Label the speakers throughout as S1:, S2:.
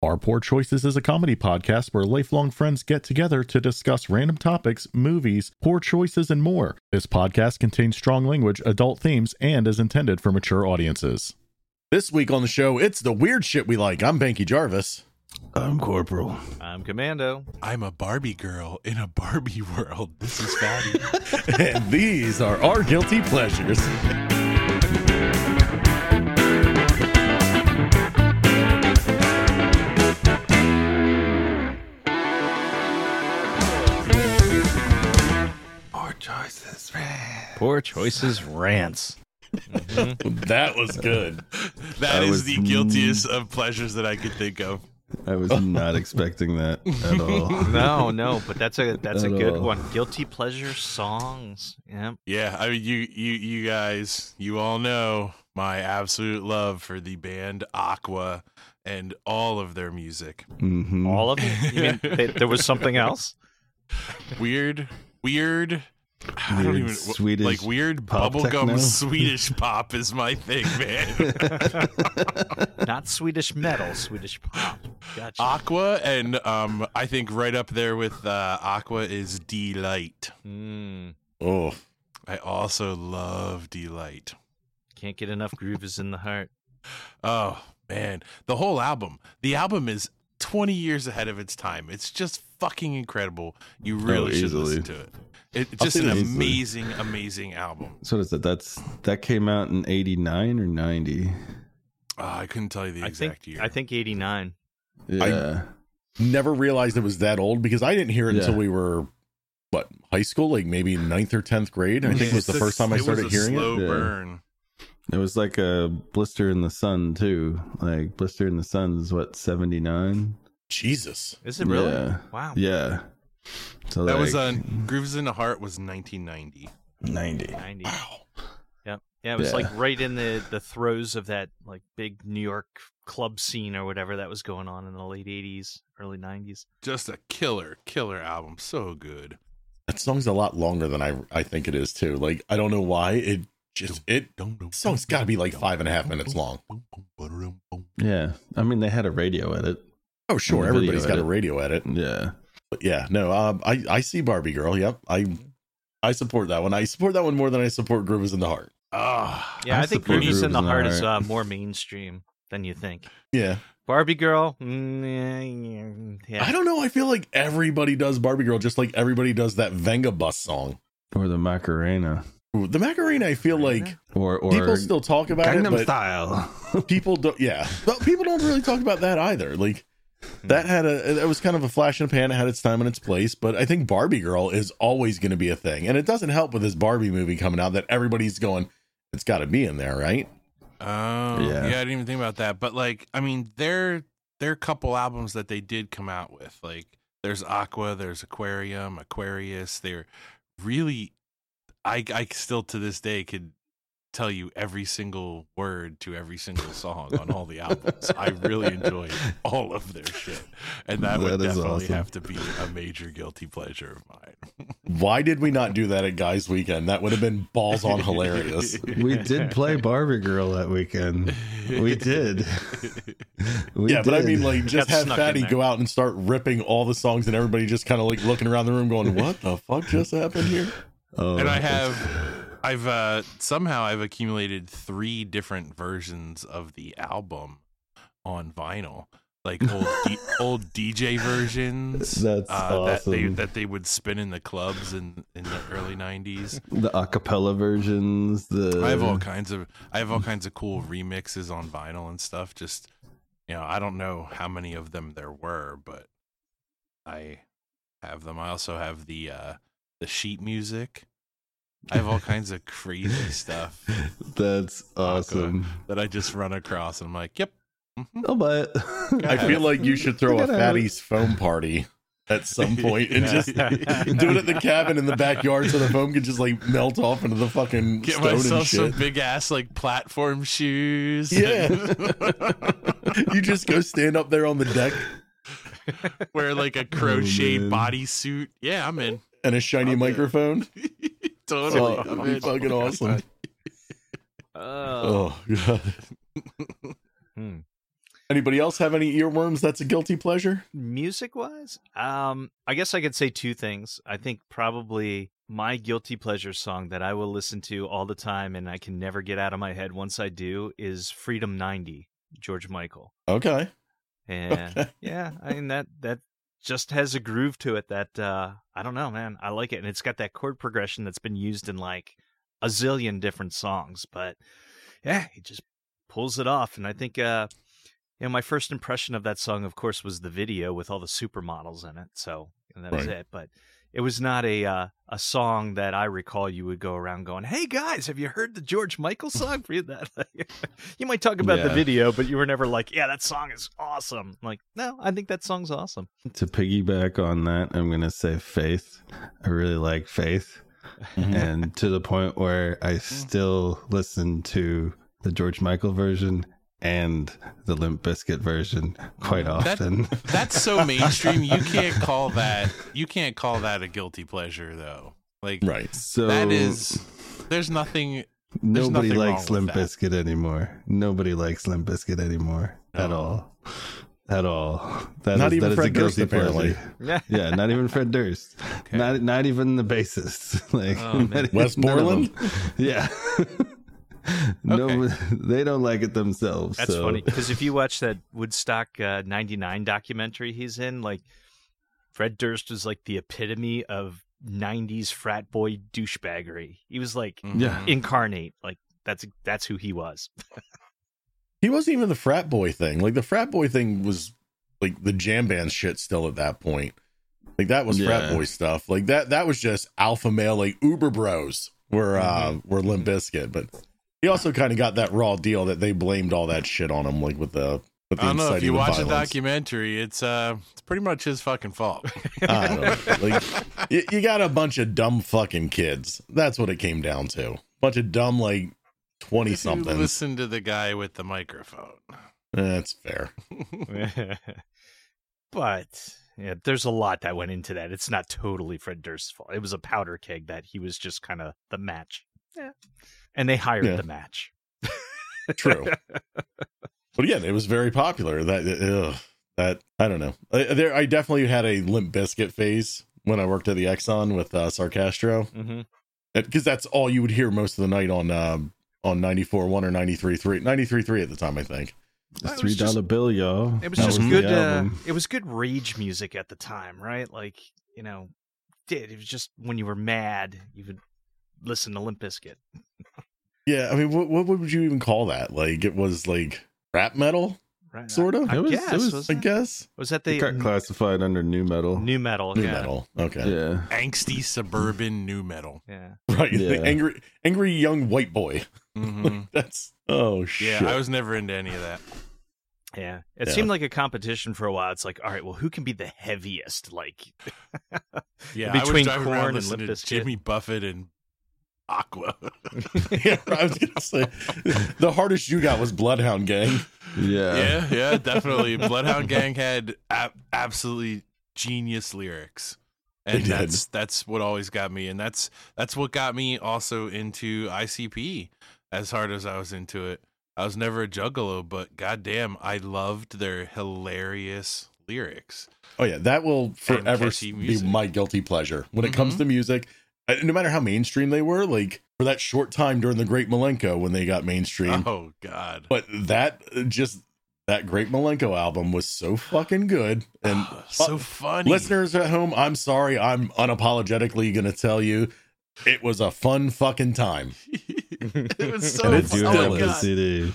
S1: Our Poor Choices is a comedy podcast where lifelong friends get together to discuss random topics, movies, poor choices, and more. This podcast contains strong language, adult themes, and is intended for mature audiences. This week on the show, it's the weird shit we like. I'm Banky Jarvis.
S2: I'm Corporal.
S3: I'm Commando.
S4: I'm a Barbie girl in a Barbie world. This is Fatty.
S1: and these are our guilty pleasures.
S4: Poor choices,
S3: Poor choices rants.
S1: That was good.
S4: That
S2: I
S4: is
S2: was-
S4: the guiltiest of pleasures that I could think of.
S2: I was not expecting that at all.
S3: No, no, but that's a that's a
S2: At
S3: good
S2: all.
S3: one. Guilty pleasure songs. Yep.
S4: Yeah, I mean, you, you, you guys, you all know my absolute love for the band Aqua and all of their music.
S2: Mhm.
S4: Mm-hmm.
S3: All of it. You mean th- there was something else?
S4: Weird, weird. I don't
S2: Weird
S4: even
S2: Swedish
S4: like weird
S2: pop techno?
S4: bubblegum Swedish pop is my thing, man.
S3: Not Swedish metal, Swedish pop. Gotcha.
S4: Ah. Aqua and um I think right up there with uh Aqua is Delight.
S3: Mm,
S1: Oh,
S4: I also love Delight.
S3: can't get enough groove is in the heart.
S4: Oh man, the whole album. The album is 20 years ahead of its time. It's just fucking incredible. You really should
S2: easily.
S4: listen to it. It
S1: I'll
S4: just
S1: say
S4: an
S1: that
S2: easily.
S4: amazing amazing album.
S2: So what is it? That's that came out in '89 or '90.
S4: Oh, I couldn't tell you the
S3: I
S4: exact
S3: think
S4: year.
S3: I think 89.
S2: Yeah,
S1: never realized it was that old because I didn't hear it
S2: Yeah.
S1: until we were, what, high school? Like maybe ninth or 10th grade? I think it was the
S4: It's a-
S1: first time I
S4: it was
S1: started
S4: a
S1: hearing it.
S4: slow
S2: Yeah.
S4: burn.
S2: it was like a blister in the sun too. Like blister in the sun is what '79.
S1: Jesus.
S3: Is it really?
S2: Yeah.
S3: Wow.
S2: Yeah. So
S4: That was uh,
S2: like,
S4: on Grooves in the Heart was 1990.
S2: '90.
S3: 90. Yep. Yeah, it was
S2: Yeah.
S3: like right in the the throes of that like big New York club scene or whatever that was going on in the late 80s, early 90s.
S4: Just a killer killer album. So good.
S1: That song's a lot longer than I I think it is too. Like I don't know why it just it song's got to be like five and a half minutes long.
S2: Yeah. I mean, they had a radio edit.
S1: Oh sure,
S2: And the video
S1: everybody's got a
S2: edit.
S1: radio edit.
S2: Yeah.
S1: But yeah, no, um, I I see Barbie Girl. Yep, I I support that one. I support that one more than I support Groove is in the Heart.
S4: Ah,
S3: Yeah, I,
S2: I
S3: think
S2: support
S3: Groovies
S2: Groove
S3: in the
S2: is
S3: Heart
S2: alright.
S3: is uh, more mainstream than you think.
S1: Yeah,
S3: Barbie girl. Mm, yeah, yeah.
S1: I don't know. I feel like everybody does Barbie Girl, just like everybody does that Venga Bus song.
S2: Or the Macarena.
S1: Ooh, The Macarena, I feel like
S2: Or or
S1: people still talk about it,
S2: Gangnam
S1: but
S2: Style.
S1: people don't. Yeah, but people don't really talk about that either. Like that had a that was kind of a flash in the pan. It had its time and its place, but I think Barbie Girl is always going to be a thing, and it doesn't help with this Barbie movie coming out that everybody's going. It's got to be in there, right?
S4: Oh,
S2: Yeah.
S4: yeah. I didn't even think about that. But like, I mean, their their couple albums that they did come out with, like, there's Aqua, there's Aquarium, Aquarius. They're really, I I still to this day could tell you every single word to every single song on all the albums. I really enjoy all of their shit, and that, would
S2: That is
S4: definitely
S2: awesome.
S4: have to be a major guilty pleasure of mine.
S1: Why did we not do that at Guys Weekend? That would have been balls on hilarious.
S2: we did play Barbie Girl that weekend. We did. We
S1: yeah, but I
S2: did.
S1: mean, like, just
S3: Got
S1: have
S3: snuck in
S1: Fatty
S3: there.
S1: go out and start ripping all the songs, and everybody just kind of like looking around the room, going, "What the fuck just happened here?"
S2: Oh,
S4: and I have, I've uh, somehow I've accumulated three different versions of the album on vinyl, like old D- old DJ versions. uh,
S2: That's
S4: that they
S2: awesome.
S4: that they would spin in the clubs in in the early '90s.
S2: the acapella versions. The
S4: I have all kinds of I have all kinds of cool remixes on vinyl and stuff. Just you know, I don't know how many of them there were, but I have them. I also have the uh the sheet music. I have all kinds of crazy stuff
S2: That's awesome.
S4: that I just run across and I'm like, yep. mhm.
S2: I'll buy it.
S1: I feel like you should throw a
S2: Look at that.
S1: Fatty's foam party at some point and just do it at the cabin in the backyard so the foam can just like melt off into the fucking
S4: Get
S1: stone and
S4: myself some
S1: shit.
S4: big ass like platform shoes.
S1: Yeah. you just go stand up there on the deck
S4: Wear like a crocheted
S2: man.
S4: bodysuit. Yeah, I'm in.
S1: and a shiny
S4: I'm good.
S1: microphone.
S4: Totally.
S1: Oh, that'd
S4: I'm
S1: be
S4: in.
S1: fucking awesome.
S3: Oh.
S1: Oh, God.
S3: Hmm.
S1: Anybody else have any earworms that's a guilty pleasure?
S3: music wise um i guess i could say two things i think probably my guilty pleasure song that i will listen to all the time and i can never get out of my head once i do is freedom 90 george michael
S1: Okay.
S3: and yeah i mean that that just has a groove to it that uh i don't know man i like it and it's got that chord progression that's been used in like a zillion different songs but yeah he just pulls it off and i think uh you know my first impression of that song of course was the video with all the supermodels in it so and that was
S1: Right.
S3: it but it was not a uh, a song that I recall you would go around going, "Hey guys, have you heard the George Michael song?" For that, you might talk about the
S2: Yeah.
S3: video, but you were never like, "Yeah, that song is awesome." I'm like, no, I think that song's awesome.
S2: To piggyback on that, I'm gonna say Faith. I really like Faith,
S1: Mm-hmm.
S2: and to the point where I still listen to the George Michael version and the Limp Bizkit version quite
S4: That-
S2: often.
S4: That's so mainstream. You can't call that you can't call that a guilty pleasure though. Like
S1: Right.
S2: So
S4: that is there's nothing there's
S2: nobody
S4: nothing wrong with
S2: likes Limp
S4: that.
S2: Bizkit anymore. Nobody likes Limp Bizkit anymore at all. At all. That
S1: Not
S2: is-
S1: even
S2: that is
S1: Fred
S2: a guilty
S1: Durst, apparently.
S2: pleasure.
S3: Yeah,
S2: Yeah, not even Fred Durst. Not not even the bassist. like
S4: Oh, man.
S2: not-
S1: Wes
S2: none of
S1: Borland?
S2: them. Yeah. no,
S4: Okay.
S2: they don't like it themselves.
S3: that's
S2: so-
S3: funny because if you watch that Woodstock uh, '99 documentary he's in, like Fred Durst was like the epitome of '90s frat boy douchebaggery. He was like
S2: Yeah.
S4: Mhm.
S3: incarnate, like. That's that's who he was.
S1: He wasn't even the frat boy thing. Like the frat boy thing was like the jam band shit still at that point. Like that was frat
S2: Yeah.
S1: boy stuff. Like that that was just alpha male like Uber Bros were uh
S4: Mm-hmm.
S1: were Limp Bizkit, but he also kind of got that raw deal that they blamed all that shit on him like with the with the
S4: I don't know if
S1: inciting
S4: you
S1: of
S4: watch a
S1: violence.
S4: documentary, it's uh it's pretty much his fucking fault.
S1: I don't know. Like, you, you got a bunch of dumb fucking kids. That's what it came down to. Bunch of dumb like twenty
S4: You
S1: somethings.
S4: Listen to the guy with the microphone.
S1: That's fair.
S3: but yeah, there's a lot that went into that. It's not totally Fred Durst's fault. It was a powder keg that he was just kind of the match. Yeah. And they hired
S1: Yeah.
S3: the match.
S1: True. but again, it was very popular. That ugh, that I don't know. I, there, I definitely had a Limp Biscuit phase when I worked at the Exxon with uh, Sarcastro,
S3: Mm-hmm.
S1: because that's all you would hear most of the night on um, on ninety four one or 93.3. 93.3 at the time, I think.
S2: The
S3: It was
S2: three dollar bill, y'all.
S3: It was
S2: That
S3: just
S2: the
S3: good. Uh,
S2: album.
S3: it was good rage music at the time, right? Like you know, did it was just when you were mad, you would listen to Limp Bizkit.
S1: Yeah, I mean, what what would you even call that? Like, it was like rap metal,
S3: Right?
S1: sort of.
S3: I,
S2: It was- it
S3: guess
S2: was-
S3: was,
S1: I
S3: that,
S1: guess.
S3: was that
S2: It
S3: the
S2: got classified under new metal.
S3: mm, new metal?
S1: New
S3: yeah.
S1: metal. Okay.
S2: yeah.
S4: Angsty suburban new metal.
S3: Yeah.
S1: Right. the
S2: Yeah.
S1: angry angry young white boy.
S4: hmm
S1: That's oh
S4: Yeah,
S1: shit.
S4: I was never into any of that.
S3: Yeah. It
S1: Yeah.
S3: seemed like a competition for a while. It's like, all right, well, who can be the heaviest? Like,
S4: Yeah, I was
S3: Between
S4: driving
S3: Korn
S4: around
S3: and
S4: listening
S3: Limp
S4: to
S3: Bizkit.
S4: Jimmy Buffett and Aqua.
S1: Yeah, I was gonna say the hardest you got was Bloodhound Gang.
S2: Yeah.
S4: yeah, yeah, definitely. Bloodhound Gang had ab- absolutely genius lyrics,
S1: They
S4: and
S1: did.
S4: that's that's what always got me, and that's that's what got me also into ICP. As hard as I was into it, I was never a juggalo, but goddamn, I loved their hilarious lyrics.
S1: Oh yeah, that will forever
S4: catchy
S1: be
S4: music. Mm-hmm.
S1: my guilty pleasure when it comes to music. uh, No matter how mainstream they were, like for that short time during the Great Malenko when they got mainstream,
S4: Oh God,
S1: but that uh, just that Great Malenko album was so fucking good and
S4: Ah, so
S1: uh,
S4: funny.
S1: listeners at home, I'm sorry, I'm unapologetically gonna tell you, it was a fun fucking time.
S4: it was so.
S2: And I
S1: it's
S2: do
S4: oh
S2: have
S4: my
S2: the
S4: God.
S2: CD.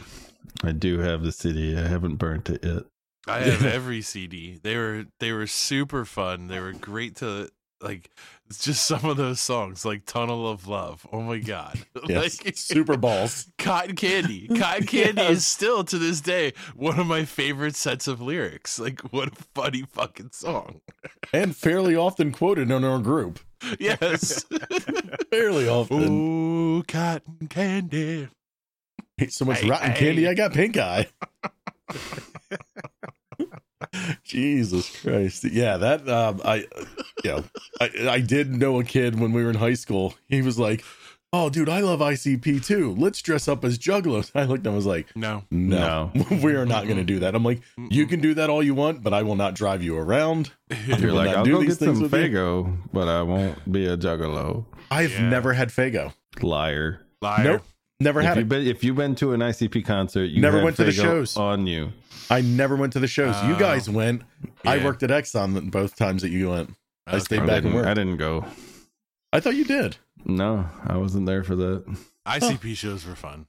S2: I do have the CD. I haven't burnt it yet.
S4: I have every CD. They were they were super fun. They were great to like. It's just some of those songs, like "Tunnel of Love." Oh my god!
S1: Yes,
S4: Like
S1: Super Balls.
S4: Cotton Candy. Cotton Candy is still to this day one of my favorite sets of lyrics. Like what a funny fucking song.
S1: and fairly often quoted in our group.
S4: Yes.
S1: Fairly often.
S4: Ooh, cotton candy.
S1: so much
S4: Hey,
S1: rotten
S4: hey.
S1: candy, I got pink eye. Jesus Christ! Yeah, that um, I, you know, I, I did know a kid when we were in high school. He was like, oh, dude, I love ICP too. Let's dress up as juggalos. I looked and was like,
S4: No.
S1: no, we are not going to do that. I'm like, you can do that all you want, but I will not drive you around.
S2: You're
S1: will
S2: like,
S1: not
S2: I'll
S1: do
S2: go
S1: these
S2: get
S1: things
S2: some
S1: with you."
S2: Fago, but I won't be a juggalo.
S1: I've
S4: Yeah.
S1: never had Fago.
S2: Liar.
S4: Liar.
S1: Nope. Never
S2: If
S1: had
S2: you've,
S1: it.
S2: been, if you've been to an ICP concert, you
S1: Never
S2: had
S1: went to the
S2: Faygo
S1: shows.
S2: on you.
S1: I never went to the shows. you
S4: Oh.
S1: guys went. I
S4: Yeah.
S1: worked at Exxon both times that you went. I
S4: Okay.
S1: stayed
S2: I
S1: back and
S2: didn't,
S1: work.
S2: I didn't go.
S1: I thought you did.
S2: No, I wasn't there for that.
S4: ICP shows were fun.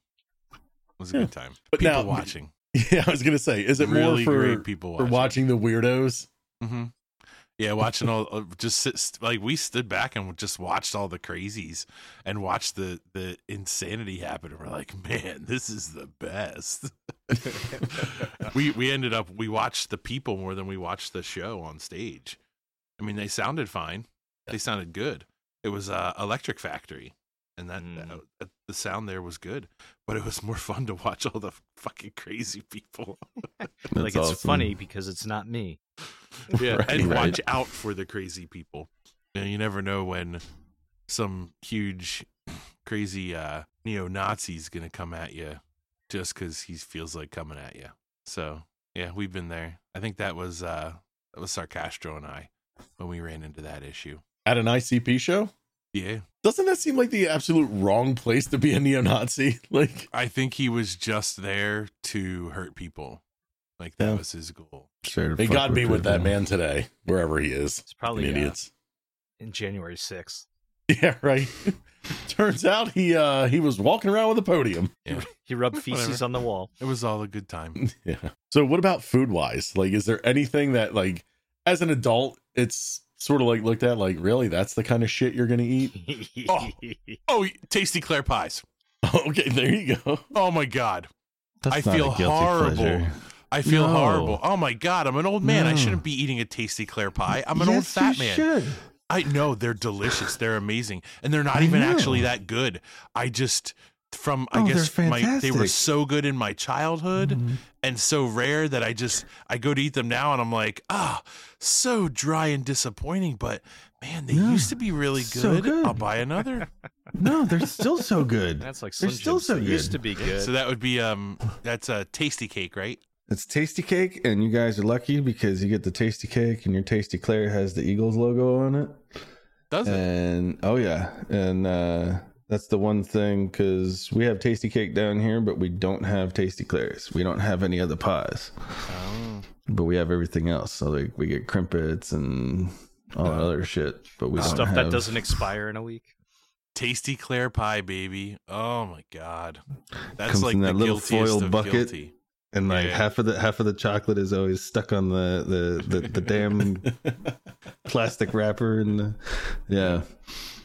S4: It was a
S1: Yeah.
S4: good time.
S1: But
S4: people
S1: now-
S4: watching.
S1: Yeah, I was gonna say, is it
S4: really
S1: more for
S4: great people
S1: for watching
S4: watching.
S1: the weirdos?
S4: hmm Yeah, watching all uh, just sit, st- like we stood back and just watched all the crazies and watched the the insanity happen. And we're like, man, this is the best. we we ended up we watched the people more than we watched the show on stage. I mean, they sounded fine. They sounded good. It was uh, Electric Factory, and that,
S3: Mm.
S4: that the sound there was good, but it was more fun to watch all the fucking crazy people.
S2: That's
S3: like it's
S2: awesome.
S3: funny because it's not me.
S4: yeah,
S2: Right,
S4: and
S2: right.
S4: watch out for the crazy people. You, know, you never know when some huge, crazy uh, neo Nazi's gonna come at you, just because he feels like coming at you. So yeah, we've been there. I think that was uh, that was Sarcastro and I when we ran into that issue.
S1: At an ICP show?
S4: Yeah,
S1: Doesn't that seem like the absolute wrong place to be a neo-Nazi? Like,
S4: I think he was just there to hurt people. Like that
S1: Yeah.
S4: was his goal.
S2: Sure to
S1: they
S2: fuck
S1: got me with that
S2: people.
S1: man today, wherever he is.
S3: It's
S1: Fucking
S3: probably uh,
S1: idiots.
S3: in January sixth.
S1: Yeah, right. Turns out he uh he was walking around with a podium.
S3: He rubbed
S4: Whatever.
S3: feces on the wall.
S4: It was all a good time.
S1: Yeah. So what about food wise? Like, is there anything that like as an adult it's sort of like looked at like really that's the kind of shit you're gonna eat?
S4: Oh. Oh, tasty Claire pies.
S1: okay, there you go.
S4: Oh my god.
S2: That's
S4: I
S2: not a
S4: feel
S2: guilty
S4: horrible.
S2: pleasure.
S4: I feel
S2: No.
S4: horrible. Oh my god, I'm an old man. I
S2: No.
S4: shouldn't be eating a tasty Claire pie. I'm an
S2: Yes,
S4: old fat
S2: you
S4: man.
S2: should.
S4: I know they're delicious. They're amazing, and they're not
S2: I
S4: even
S2: know.
S4: actually that good. I just from I
S2: Oh, they're
S4: guess my they were
S2: fantastic.
S4: so good in my childhood and so rare that I just I go to eat them now and I'm like ah so dry and disappointing. But man, they
S2: Yeah.
S4: used to be really good.
S2: So good.
S4: I'll buy another.
S2: No, they're still so good.
S3: That's like
S2: They're
S3: Slim
S2: still
S3: Jims.
S2: so
S3: They
S2: good.
S3: used to be good.
S4: so that would be um that's a tasty cake, right?
S2: It's tasty cake, and you guys are lucky because you get the tasty cake, and your tasty Claire has the Eagles logo on it.
S4: Does it?
S2: And oh yeah, and uh, that's the one thing because we have tasty cake down here, but we don't have tasty Claire's. We don't have any other pies,
S4: Oh.
S2: but we have everything else. So like we get crimpets and all that other shit, but we don't
S3: Uh, Stuff
S2: have-
S3: that doesn't expire in a week.
S4: Tasty Claire pie, baby. Oh my god, that's
S2: Comes
S4: like
S2: in
S4: the
S2: that little
S4: guiltiest
S2: foil
S4: of
S2: bucket.
S4: guilty.
S2: and like
S4: Yeah.
S2: half of the half of the chocolate is always stuck on the the the, the damn plastic wrapper and the, yeah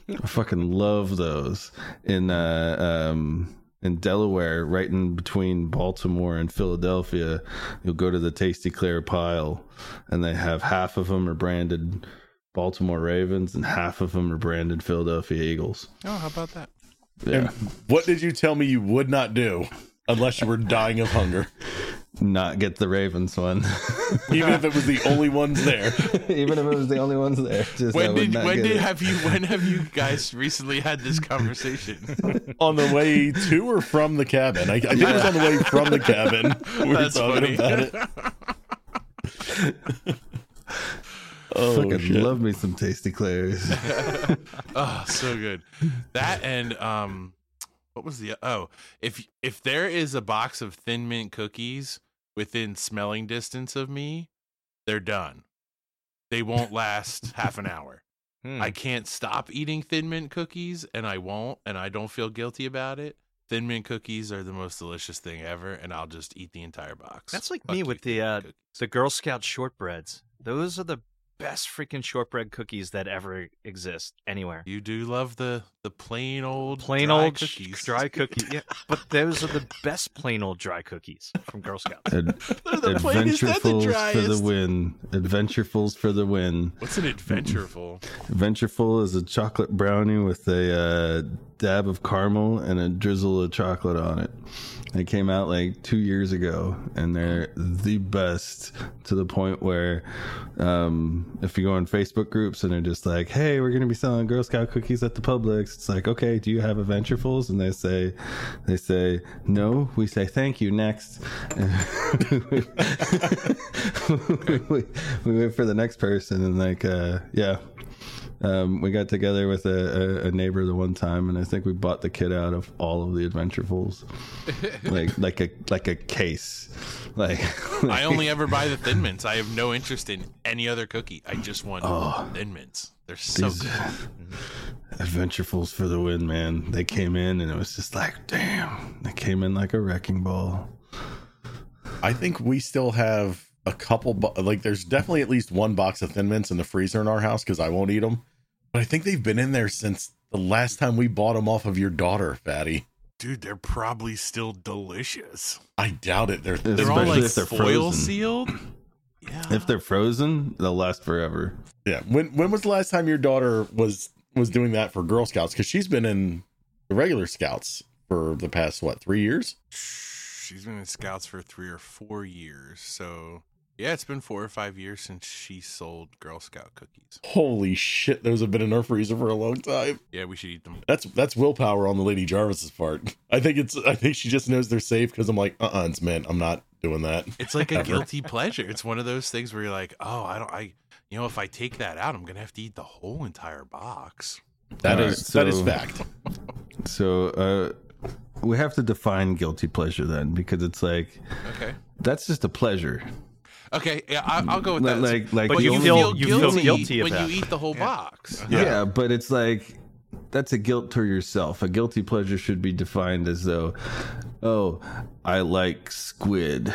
S2: i fucking love those in uh um in Delaware, right in between Baltimore and Philadelphia, you'll go to the Tasty Clear pile, and they have half of them are branded Baltimore Ravens, and half of them are branded Philadelphia Eagles.
S4: Oh, how about that?
S2: Yeah,
S1: What did you tell me you would not do unless you were dying of hunger?
S2: not get the Ravens one,
S1: Even if it was the only ones there.
S2: even if it was the only ones there. Just I
S4: When
S2: would
S4: did
S2: not
S4: when
S2: get
S4: did
S2: it.
S4: have you when have you guys recently had this conversation?
S1: On the way to or from the cabin. I, I think it was on the way from the cabin. We were
S4: That's
S1: talking
S4: funny.
S1: about it. oh,
S2: Fucking
S1: shit.
S2: love me some tasty Claire's.
S4: oh, so good. That and um, what was the oh? If if there is a box of Thin Mint cookies within smelling distance of me, they're done. They won't last half an hour.
S3: Hmm.
S4: I can't stop eating Thin Mint cookies, and I won't, and I don't feel guilty about it. Thin Mint cookies are the most delicious thing ever, and I'll just eat the entire box.
S3: That's like
S4: Fuck
S3: me
S4: you,
S3: with
S4: Thin
S3: the,
S4: Mint
S3: uh,
S4: cookies.
S3: the Girl Scout shortbreads. Those are the best freaking shortbread cookies that ever exist anywhere.
S4: You do love the the plain old
S3: Plain
S4: dry
S3: old sh-
S4: cookies.
S3: dry cookie. Yeah, but those are the best plain old dry cookies from Girl Scouts.
S2: Ad-
S4: They're the plainest and the
S2: adventurefuls for the
S4: driest.
S2: win. Adventurefuls for the win.
S4: What's an adventureful?
S2: Adventureful is a chocolate brownie with a uh, dab of caramel and a drizzle of chocolate on it. It came out like two years ago, and they're the best to the point where um, if you go on Facebook groups and they're just like, "Hey, we're going to be selling Girl Scout cookies at the Publix," it's like, "Okay, do you have a Venturefuls?" And they say, "They say no." We say, "Thank you." Next, we, we, wait for the next person, and like, uh, yeah, um, we got together with a, a, a neighbor the one time, and I think we bought the kid out of all of the Adventurefuls, like like a like a case. Like,
S4: I only ever buy the Thin Mints. I have no interest in any other cookie. I just want
S2: Oh.
S4: Thin Mints. They're so
S2: these
S4: good.
S2: Adventurefuls for the win, man. They came in, and it was just like, damn, they came in like a wrecking ball.
S1: I think we still have a couple, bo- like, there's definitely at least one box of Thin Mints in the freezer in our house because I won't eat them. But I think they've been in there since the last time we bought them off of your daughter, Fatty.
S4: Dude, they're probably still delicious.
S1: I doubt it. They're,
S4: They're
S1: they're
S2: Especially
S4: all like
S2: if they're
S4: foil
S2: frozen.
S4: sealed. Yeah.
S2: If they're frozen, they'll last forever.
S1: yeah. When when was the last time your daughter was was doing that for Girl Scouts? Because she's been in the regular Scouts for the past what three years?
S4: She's been in Scouts for three or four years. So, yeah, it's been four or five years since she sold Girl Scout cookies.
S1: Holy shit, those have been in our freezer for a long time.
S4: Yeah, we should eat them.
S1: That's that's willpower on the Lady Jarvis's part. I think it's I think she just knows they're safe because I'm like, uh uh it's mint. I'm not doing that.
S4: It's like a
S1: Ever.
S4: guilty pleasure. It's one of those things where you're like, oh, I don't, I, you know, if I take that out, I'm going to have to eat the whole entire box.
S1: That
S2: All
S1: is
S2: right,
S1: that is
S2: so-
S1: fact.
S2: So uh, we have to define guilty pleasure then, because it's like
S4: Okay.
S2: that's just a pleasure.
S4: Okay. Yeah, I, I'll go with
S2: Like
S4: that.
S2: like, like
S3: But
S2: the
S3: you
S2: only-
S3: feel- you feel guilty
S4: when
S3: about
S4: you
S3: it.
S4: eat the whole
S3: Yeah.
S4: box.
S2: yeah. but it's like that's a guilt to yourself. A guilty pleasure should be defined as though, oh, I like squid,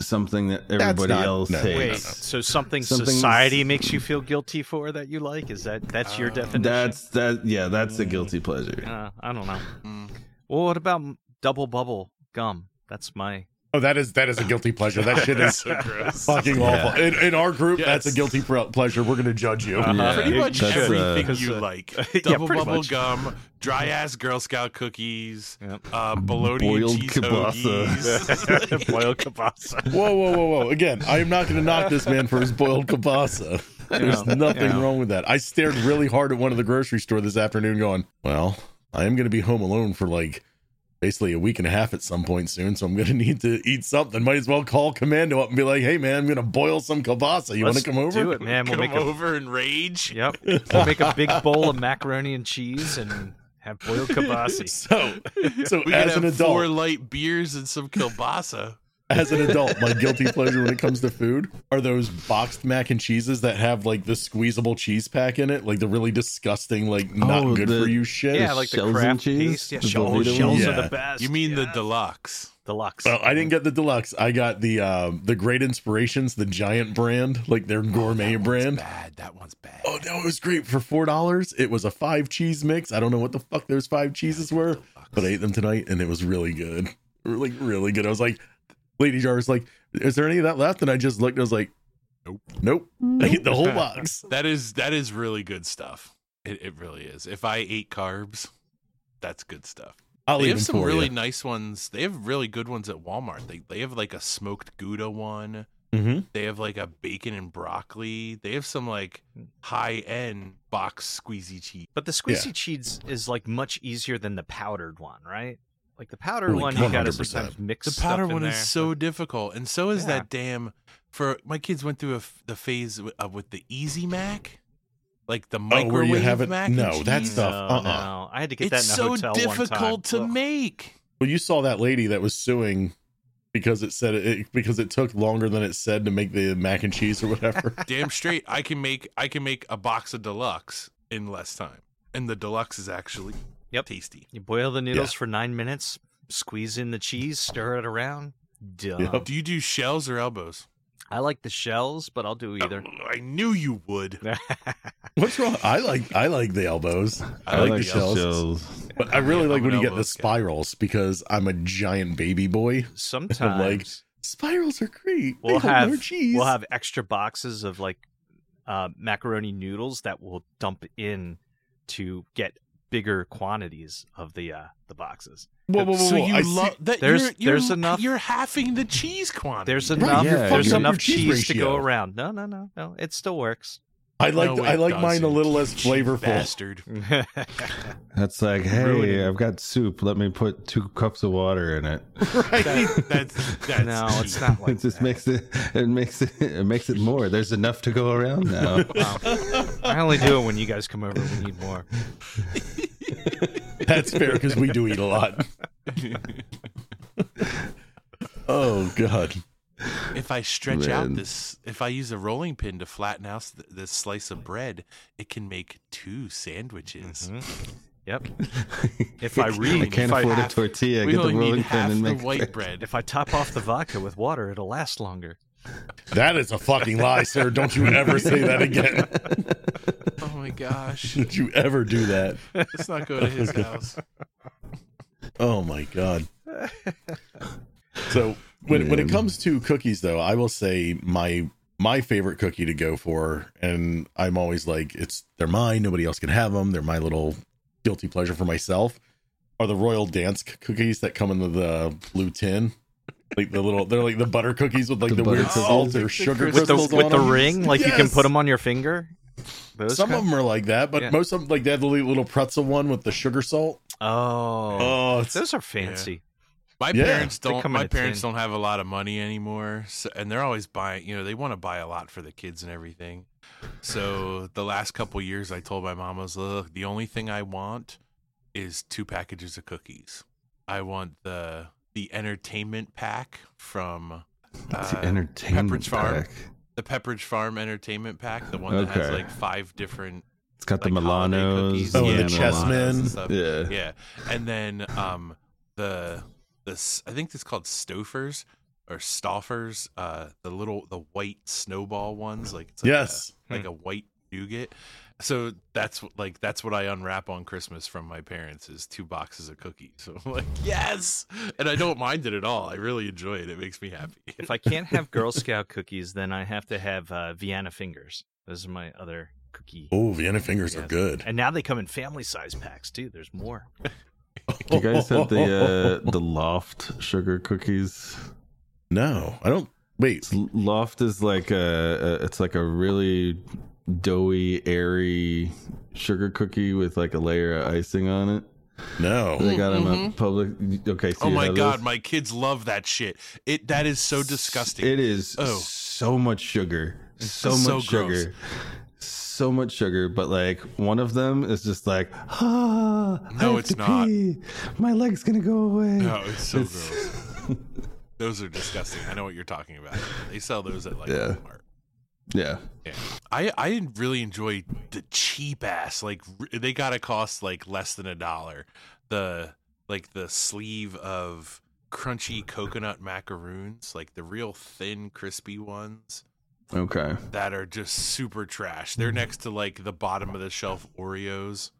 S2: something that everybody
S1: not-
S2: else
S1: no,
S2: hates.
S3: Wait, so something
S2: Something-
S3: society makes you feel guilty for that you like? Is that that's your
S4: Uh,
S3: definition?
S2: That's that. Yeah, that's a guilty pleasure.
S3: uh, I don't know.
S4: Mm.
S3: Well, what about m- double bubble gum? That's my.
S1: Oh, that is that is a guilty pleasure. That shit is
S4: so gross.
S1: fucking
S2: Yeah.
S1: awful. In, in our group, that's a
S4: Yes.
S1: guilty pr- pleasure. We're gonna judge you.
S3: Uh-huh.
S2: Yeah,
S4: pretty much
S2: that's, uh,
S4: everything you like.
S3: Yeah,
S4: Double
S3: pretty
S4: bubble
S3: much.
S4: gum, dry ass Girl Scout cookies,
S3: Yep.
S4: uh, bologna and
S2: Boiled
S4: cheese
S2: kielbasa.
S4: hoagies.
S3: Boiled kielbasa.
S1: Whoa, whoa, whoa, whoa! Again, I am not gonna knock this man for his boiled kielbasa. There's
S3: Yeah,
S1: nothing
S3: yeah.
S1: wrong with that. I stared really hard at one of the grocery store this afternoon, going, "Well, I am gonna be home alone for like basically a week and a half at some point soon, so I'm gonna need to eat something. Might as well call Commando up and be like, "Hey, man, I'm gonna boil some kielbasa. You want to
S3: Let's
S1: come over?"
S3: Do it, man. We'll
S4: Come
S3: make a
S4: over and rage.
S3: yep. We'll make a big bowl of macaroni and cheese and have boiled kielbasa.
S1: So, so
S4: We could
S1: as
S4: have
S1: an adult,
S4: four light beers and some kielbasa.
S1: as an adult, my guilty pleasure when it comes to food are those boxed mac and cheeses that have like the squeezable cheese pack in it, like the really disgusting, like not
S2: Oh,
S1: good
S2: the-
S1: for you shit.
S3: Yeah, like the
S2: shells and
S3: craft
S2: cheese?
S3: paste. Yeah,
S2: The
S3: shell-
S2: Velveeta
S3: shells
S1: ones?
S3: are
S1: Yeah.
S3: the best.
S4: You mean the
S3: Yes.
S4: deluxe?
S3: deluxe?
S1: Well, I didn't get the deluxe. I got the um, the Great Inspirations, the giant brand, like their gourmet
S4: Oh, That one's
S1: brand.
S4: bad. That one's bad.
S1: Oh no, it was great for four dollars. It was a five cheese mix. I don't know what the fuck those five cheeses were, but I ate them tonight and it was really good, really really good. I was like, Lady Jar was like, "Is there any of that left?" And I just looked. I was like,
S4: Nope.
S1: nope." I ate the whole box.
S4: That is that is really good stuff. It, it really is. If I ate carbs, that's good stuff.
S1: I'll
S4: they
S1: eat
S4: have
S1: them
S4: some
S1: for
S4: really
S1: you.
S4: nice ones. They have really good ones at Walmart. They they have like a smoked Gouda one.
S1: Mhm.
S4: They have like a bacon and broccoli. They have some like high end box squeezy cheese.
S3: But the
S1: Yeah.
S3: squeezy cheese is like much easier than the powdered one, right? Like the powdered
S1: Like
S3: one, you gotta
S1: 100%.
S3: sometimes mix.
S4: The
S3: stuff
S4: powder
S3: in
S4: one is
S3: there.
S4: so difficult, and so is
S3: Yeah.
S4: that damn. For my kids went through a f the phase with, uh, with the Easy Mac, like the
S1: Oh, where you
S4: microwave
S1: have it-
S4: mac. and
S1: no, that
S4: cheese.
S3: Mm, No,
S1: stuff. Uh-uh.
S3: no. I had to get
S4: It's
S3: that in a
S4: so
S3: hotel
S4: difficult to
S3: one time.
S4: make.
S1: Well, you saw that lady that was suing because it said it, because it took longer than it said to make the mac and cheese or whatever.
S4: Damn straight, I can make I can make a box of deluxe in less time, and the deluxe is actually
S3: Yep.
S4: tasty.
S3: You boil the noodles for nine minutes, squeeze in the cheese, stir it around. Done.
S4: Do you do shells or elbows?
S3: I like the shells, but I'll do either.
S4: Oh, I knew you would.
S1: What's wrong? I like I like the elbows, I like the shells. but I really
S4: Yeah,
S1: like
S4: I'm
S1: when
S4: an
S1: you get the
S4: elbow guy.
S1: spirals because I'm a giant baby boy.
S3: Sometimes
S1: Spirals are great.
S3: we'll
S1: they hold
S3: have
S1: more cheese.
S3: we'll have extra boxes of like uh, macaroni noodles that we'll dump in to get bigger quantities of the uh, the boxes.
S1: Whoa, whoa, whoa,
S4: so
S1: whoa.
S4: you
S1: I
S4: love
S1: see-
S4: that
S3: There's-
S4: you're, you're,
S3: there's enough-
S4: You're halving the cheese quantity.
S3: There's
S1: Right,
S3: enough
S2: you're
S3: there's
S2: fucking up
S3: enough
S1: your cheese
S3: cheese, to go
S1: ratio.
S3: around. No, no, no, no. It still works.
S1: I like
S4: No,
S1: I
S4: it
S1: like mine a
S4: doesn't,
S1: little less
S4: you
S1: flavorful.
S4: Bastard.
S2: That's like,
S3: Ruin
S2: hey,
S3: it.
S2: I've got soup. Let me put two cups of water in it.
S4: That- that's, that's
S3: no, it's
S4: cheap.
S3: not like
S2: it just
S3: that.
S2: makes it. It makes it. It makes it more. There's enough to go around now.
S3: I only do it when you guys come over. We need more.
S1: That's fair because we do eat a lot. oh God.
S4: If I stretch out
S2: Man.
S4: this, if I use a rolling pin to flatten out s- this slice of bread, it can make two
S1: Mm-hmm.
S4: sandwiches.
S3: Mhm. Yep. If I re
S2: I can't
S4: if I
S2: afford
S4: have-
S2: a tortilla.
S4: we
S2: Get the
S4: only
S2: rolling
S4: need half
S2: pin and
S4: the
S2: make.
S4: white bread.
S3: if I top off the vodka with water, it'll last longer.
S1: That is a fucking lie, sir. Don't you ever say that again.
S4: Oh my gosh,
S1: Don't you ever do that.
S4: let's not go to his house.
S1: Oh my god. So when when it
S2: Man.
S1: comes to cookies though, I will say my my favorite cookie to go for and I'm always like it's they're mine, nobody else can have them. They're my little guilty pleasure for myself are the Royal Dance c- cookies that come in the, the blue tin. Like the little they're like the butter cookies with like
S2: The
S1: the,
S2: butter
S1: weird
S2: cookies.
S1: salt
S4: Oh,
S1: or
S4: the
S1: sugar
S4: With
S3: With the
S1: crystals
S3: with
S1: on
S3: the
S1: them.
S3: ring, like you can
S1: Yes.
S3: put them on your finger. Those
S1: Some
S3: kind-
S1: of them are like that, but
S3: Yeah.
S1: most of them like they have the li- little pretzel one with the sugar salt.
S3: Oh,
S1: Oh, it's,
S3: those are fancy.
S4: My
S1: Yeah.
S4: parents
S3: They
S4: don't.
S3: come in
S4: My
S3: a tin.
S4: parents don't have a lot of money anymore, so, and they're always buying. You know, they want to buy a lot for the kids and everything. So the last couple years, I told my mom I was look. The only thing I want is two packages of cookies. I want the the entertainment pack from
S2: It's
S4: uh,
S2: entertainment
S4: Pepperidge Farm.
S2: pack.
S4: the Pepperidge Farm entertainment pack, the one that has
S2: Okay.
S4: like five different
S2: It's got the
S4: like, holiday
S2: Milanos.
S4: cookies.
S1: Oh, and the
S2: Milanos.
S1: chessmen.
S4: and stuff.
S2: Yeah.
S4: yeah and then um the this i think it's called stofers or stoffers uh the little the white snowball ones like it's like
S1: yes.
S4: a, like a white nougat so that's wh- like that's what i unwrap on christmas from my parents is two boxes of cookies so i'm like yes and i don't mind it at all i really enjoy it it makes me happy
S3: If I can't have Girl Scout cookies, then I have to have uh, Vienna fingers. Those are my other cookie.
S1: Oh, Vienna fingers are
S3: Yes.
S1: good.
S3: And now they come in family size packs too. There's more.
S2: You guys have the uh, the loft sugar cookies.
S1: no, I don't. Wait,
S2: It's- loft is like a, a it's like a really doughy, airy sugar cookie with like a layer of icing on it.
S1: no.
S2: They got them at public. Okay,
S4: Mm, mm-hmm.
S2: so
S4: oh
S2: you
S4: my
S2: have
S4: god
S2: those?
S4: my kids love that shit it that is so disgusting
S2: It is
S4: Oh.
S2: so much sugar, so much
S4: so gross.
S2: sugar, so much sugar. But like one of them is just like, ah, I
S4: No,
S2: have
S4: it's
S2: to
S4: not.
S2: pee. My leg's gonna go away.
S4: No, it's so
S2: It's-
S4: gross. Those are disgusting. I know what you're talking about. They sell those at like
S2: Yeah.
S4: Walmart.
S2: Yeah,
S4: Yeah. I I really enjoy the cheap ass. Like r- they gotta cost like less than a dollar. The like the sleeve of crunchy coconut macaroons, like the real thin, crispy ones
S2: okay.
S4: that are just super trash. They're
S2: Mm.
S4: next to like the bottom of the shelf Oreos.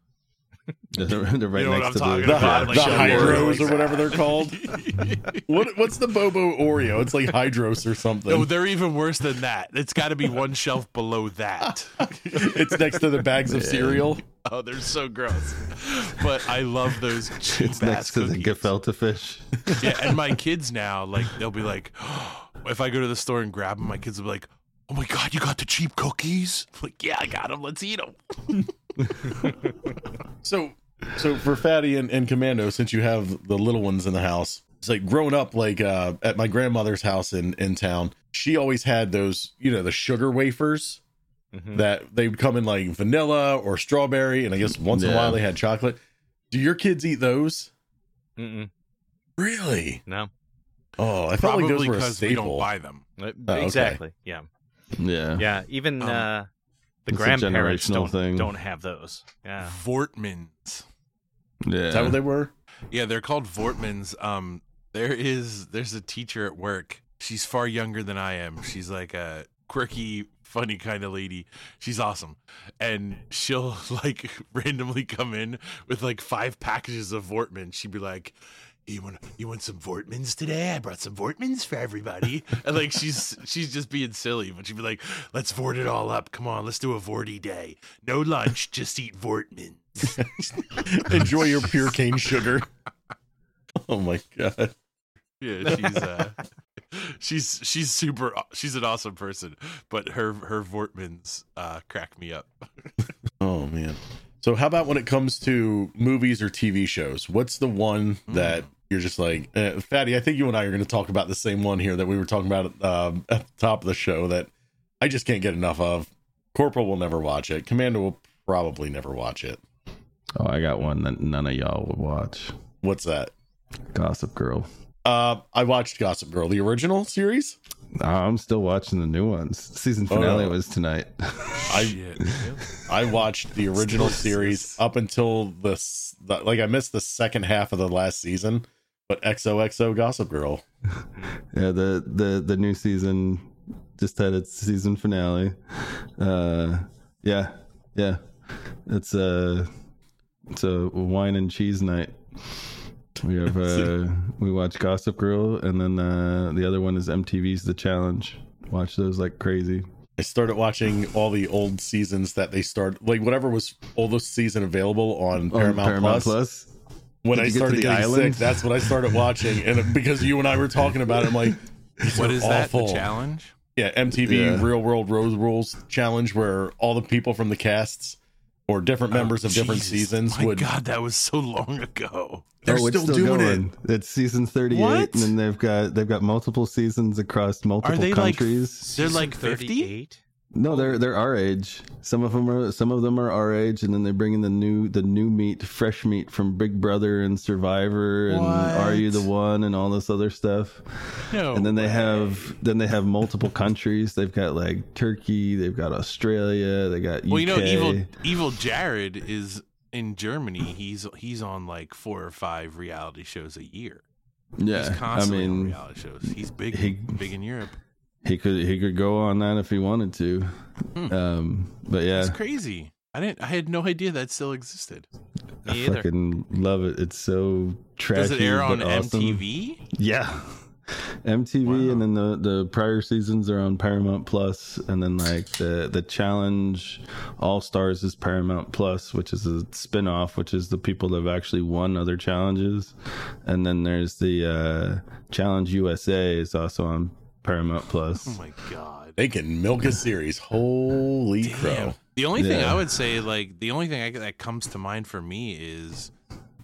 S2: They're, they're right
S4: You know what I'm
S2: next to
S4: talking
S2: the,
S1: The,
S4: about,
S1: hy-
S4: like
S1: the
S4: sugar
S1: hydros
S4: Oreos.
S1: or whatever they're called. what What's the Bobo Oreo? It's like hydros or something.
S4: No, Oh, they're even worse than that. It's got to be one shelf below that.
S1: it's next to the bags of cereal.
S4: Oh, they're so gross. But I love those cheap
S2: It's next to the
S4: cookies.
S2: gefilte fish.
S4: Yeah, and my kids now, like, they'll be like, if I go to the store and grab them, my kids will be like, oh my God, you got the cheap cookies? I'm like, yeah, I got them. Let's eat them.
S1: So, so for Fatty and, and Commando, since you have the little ones in the house, it's like growing up, like uh, at my grandmother's house in in town, she always had those, you know, the sugar wafers
S2: Hmm.
S3: Mhm.
S1: that they would come in like vanilla or strawberry, and I guess once in a
S2: Yeah.
S1: while they had chocolate. Do your kids eat those?
S3: Mm-mm.
S1: Really?
S3: No,
S1: Oh, I felt like those
S4: Probably
S1: were a
S4: because we don't
S1: staple.
S4: buy them.
S3: Uh,
S1: okay.
S3: exactly. Yeah,
S2: Yeah.
S3: yeah. Even
S4: Um,
S3: uh, the
S2: it's a
S3: grandparents
S2: generational
S3: don't
S2: thing.
S3: don't have those. Yeah,
S4: Vortmans.
S2: Yeah.
S1: Is that what they were?
S4: Yeah, they're called Vortmans. Um, there is there's a teacher at work. She's far younger than I am. She's like a quirky, funny kind of lady. She's awesome, and she'll like randomly come in with like five packages of Vortmans. She'd be like. You want you want some Vortmans today? I brought some Vortmans for everybody. And like she's she's just being silly, but she'd be like, "Let's Vort it all up. Come on, let's do a Vorty day. No lunch, just eat Vortmans."
S1: Enjoy your pure cane sugar. Oh my god.
S4: Yeah, she's uh, she's she's super. She's an awesome person, but her her Vortmans uh, crack me up.
S1: Oh man. So how about when it comes to movies or TV shows? What's the one that you're just like, eh, Fatty? I think you and I are going to talk about the same one here that we were talking about um, at the top of the show that I just can't get enough of. Corporal will never watch it. Commander will probably never watch it.
S2: Oh, I got one that none of y'all would watch.
S1: What's that?
S2: Gossip Girl.
S1: Uh, I watched Gossip Girl, the original series.
S2: I'm still watching the new ones. Season finale
S1: Oh.
S2: was tonight.
S4: Shit.
S1: I watched the original series up until the, s- the like I missed the second half of the last season, but XOXO Gossip Girl.
S2: yeah, the the the new season just had its season finale. Uh, yeah, yeah, it's a it's a wine and cheese night. We have uh, we watch Gossip Girl, and then uh, the other one is MTV's The Challenge. Watch those like crazy.
S1: I started watching all the old seasons that they start like whatever was oldest season available on
S2: Oh,
S1: Paramount, Plus.
S2: Plus.
S1: When
S2: Did
S1: I
S2: you get to
S1: started
S2: the
S1: getting
S2: island?
S1: sick, that's what I started watching, and because you and I were talking about it, I'm like, "These
S4: What
S1: are
S4: is that?
S1: awful."
S4: The challenge?
S1: Yeah, MTV
S2: Yeah.
S1: Real World Road Rules challenge where all the people from the casts or different members
S4: Oh,
S1: of different
S4: Jesus.
S1: seasons
S4: My
S1: would.
S4: God, that was so long ago.
S1: They're
S2: oh, it's
S1: still, doing it.
S2: going. It's season thirty-eight,
S4: What?
S2: and then they've got they've got multiple seasons across multiple
S4: they, like,
S2: countries.
S4: They're
S3: Season
S4: like 50?
S3: 38?
S2: No, they're they're our age. Some of them are some of them are our age, and then they bring in the new the new meat, fresh meat from Big Brother and Survivor, and Are You the
S4: What?
S2: One, and all this other stuff.
S4: No.
S2: and then they have then they have multiple countries. They've got like Turkey, they've got Australia, they got UK.
S4: Well, you know, evil evil Jared is in Germany. He's he's on like four or five reality shows a year.
S2: yeah,
S4: he's
S2: I
S4: constantly on
S2: mean,
S4: reality shows. He's big,
S2: he-
S4: big in Europe.
S2: he could he could go on that if he wanted to.
S4: Hmm.
S2: Um, but yeah,
S4: It's crazy. I didn't. I had no idea that still existed.
S2: I
S3: Me either.
S2: fucking love it. It's so trashy.
S4: Does it air on
S2: but awesome.
S4: MTV?
S2: Yeah. MTV
S4: Wow.
S2: and then the, the prior seasons are on Paramount Plus and then like the the challenge All Stars is Paramount Plus, which is a spin-off, which is the people that have actually won other challenges. And then there's the uh Challenge USA is also on Paramount Plus.
S4: Oh my god.
S1: They can milk a series. Holy crow.
S4: The only thing
S2: Yeah.
S4: I would say, like the only thing I, that comes to mind for me is,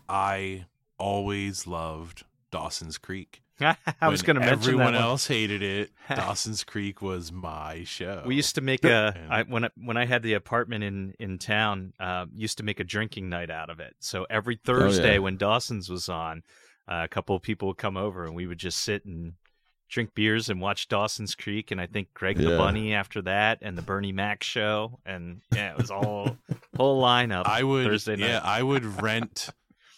S4: I always loved Dawson's Creek.
S3: I was
S4: When
S3: going to mention
S4: everyone
S3: that one.
S4: else hated it. Dawson's Creek was my show.
S3: We used to make
S4: Yeah.
S3: a I, when I, when I had the apartment in in town, uh, used to make a drinking night out of it. So
S2: Oh,
S3: every Thursday when Dawson's was on, uh, a couple of people would come over and we would just sit and drink beers and watch Dawson's Creek and I think Greg the
S2: Yeah.
S3: Bunny after that and the Bernie Mac show and yeah, it was all whole lineup.
S4: I would
S3: Thursday night.
S4: yeah, I would rent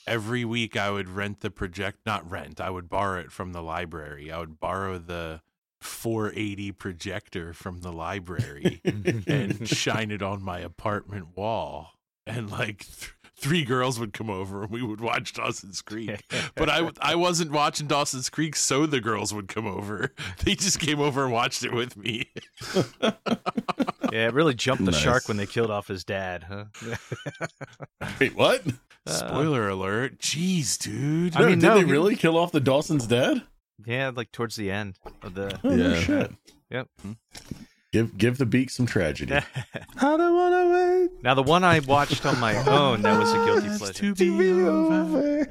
S4: every week I would rent the project not rent, I would borrow it from the library. I would borrow the 480 projector from the library and shine it on my apartment wall. And like th- three girls would come over and we would watch Dawson's Creek. But I I wasn't watching Dawson's Creek so the girls would come over. They just came over and watched it with me.
S3: yeah, it really jumped the
S2: Nice.
S3: shark when they killed off his dad, huh?
S1: Wait, what?
S3: Uh,
S4: Spoiler alert. Jeez, dude.
S3: I
S1: No,
S3: mean,
S1: did
S3: no,
S1: they
S3: he-
S1: really kill off the Dawson's dad?
S3: yeah, like towards the end of the
S1: Oh, no
S2: Yeah.
S1: shit.
S3: Yep.
S1: Give give the beak some tragedy.
S2: I don't wanna wait
S3: Now the one I watched on my own Oh, that was a guilty pleasure.
S2: to be over.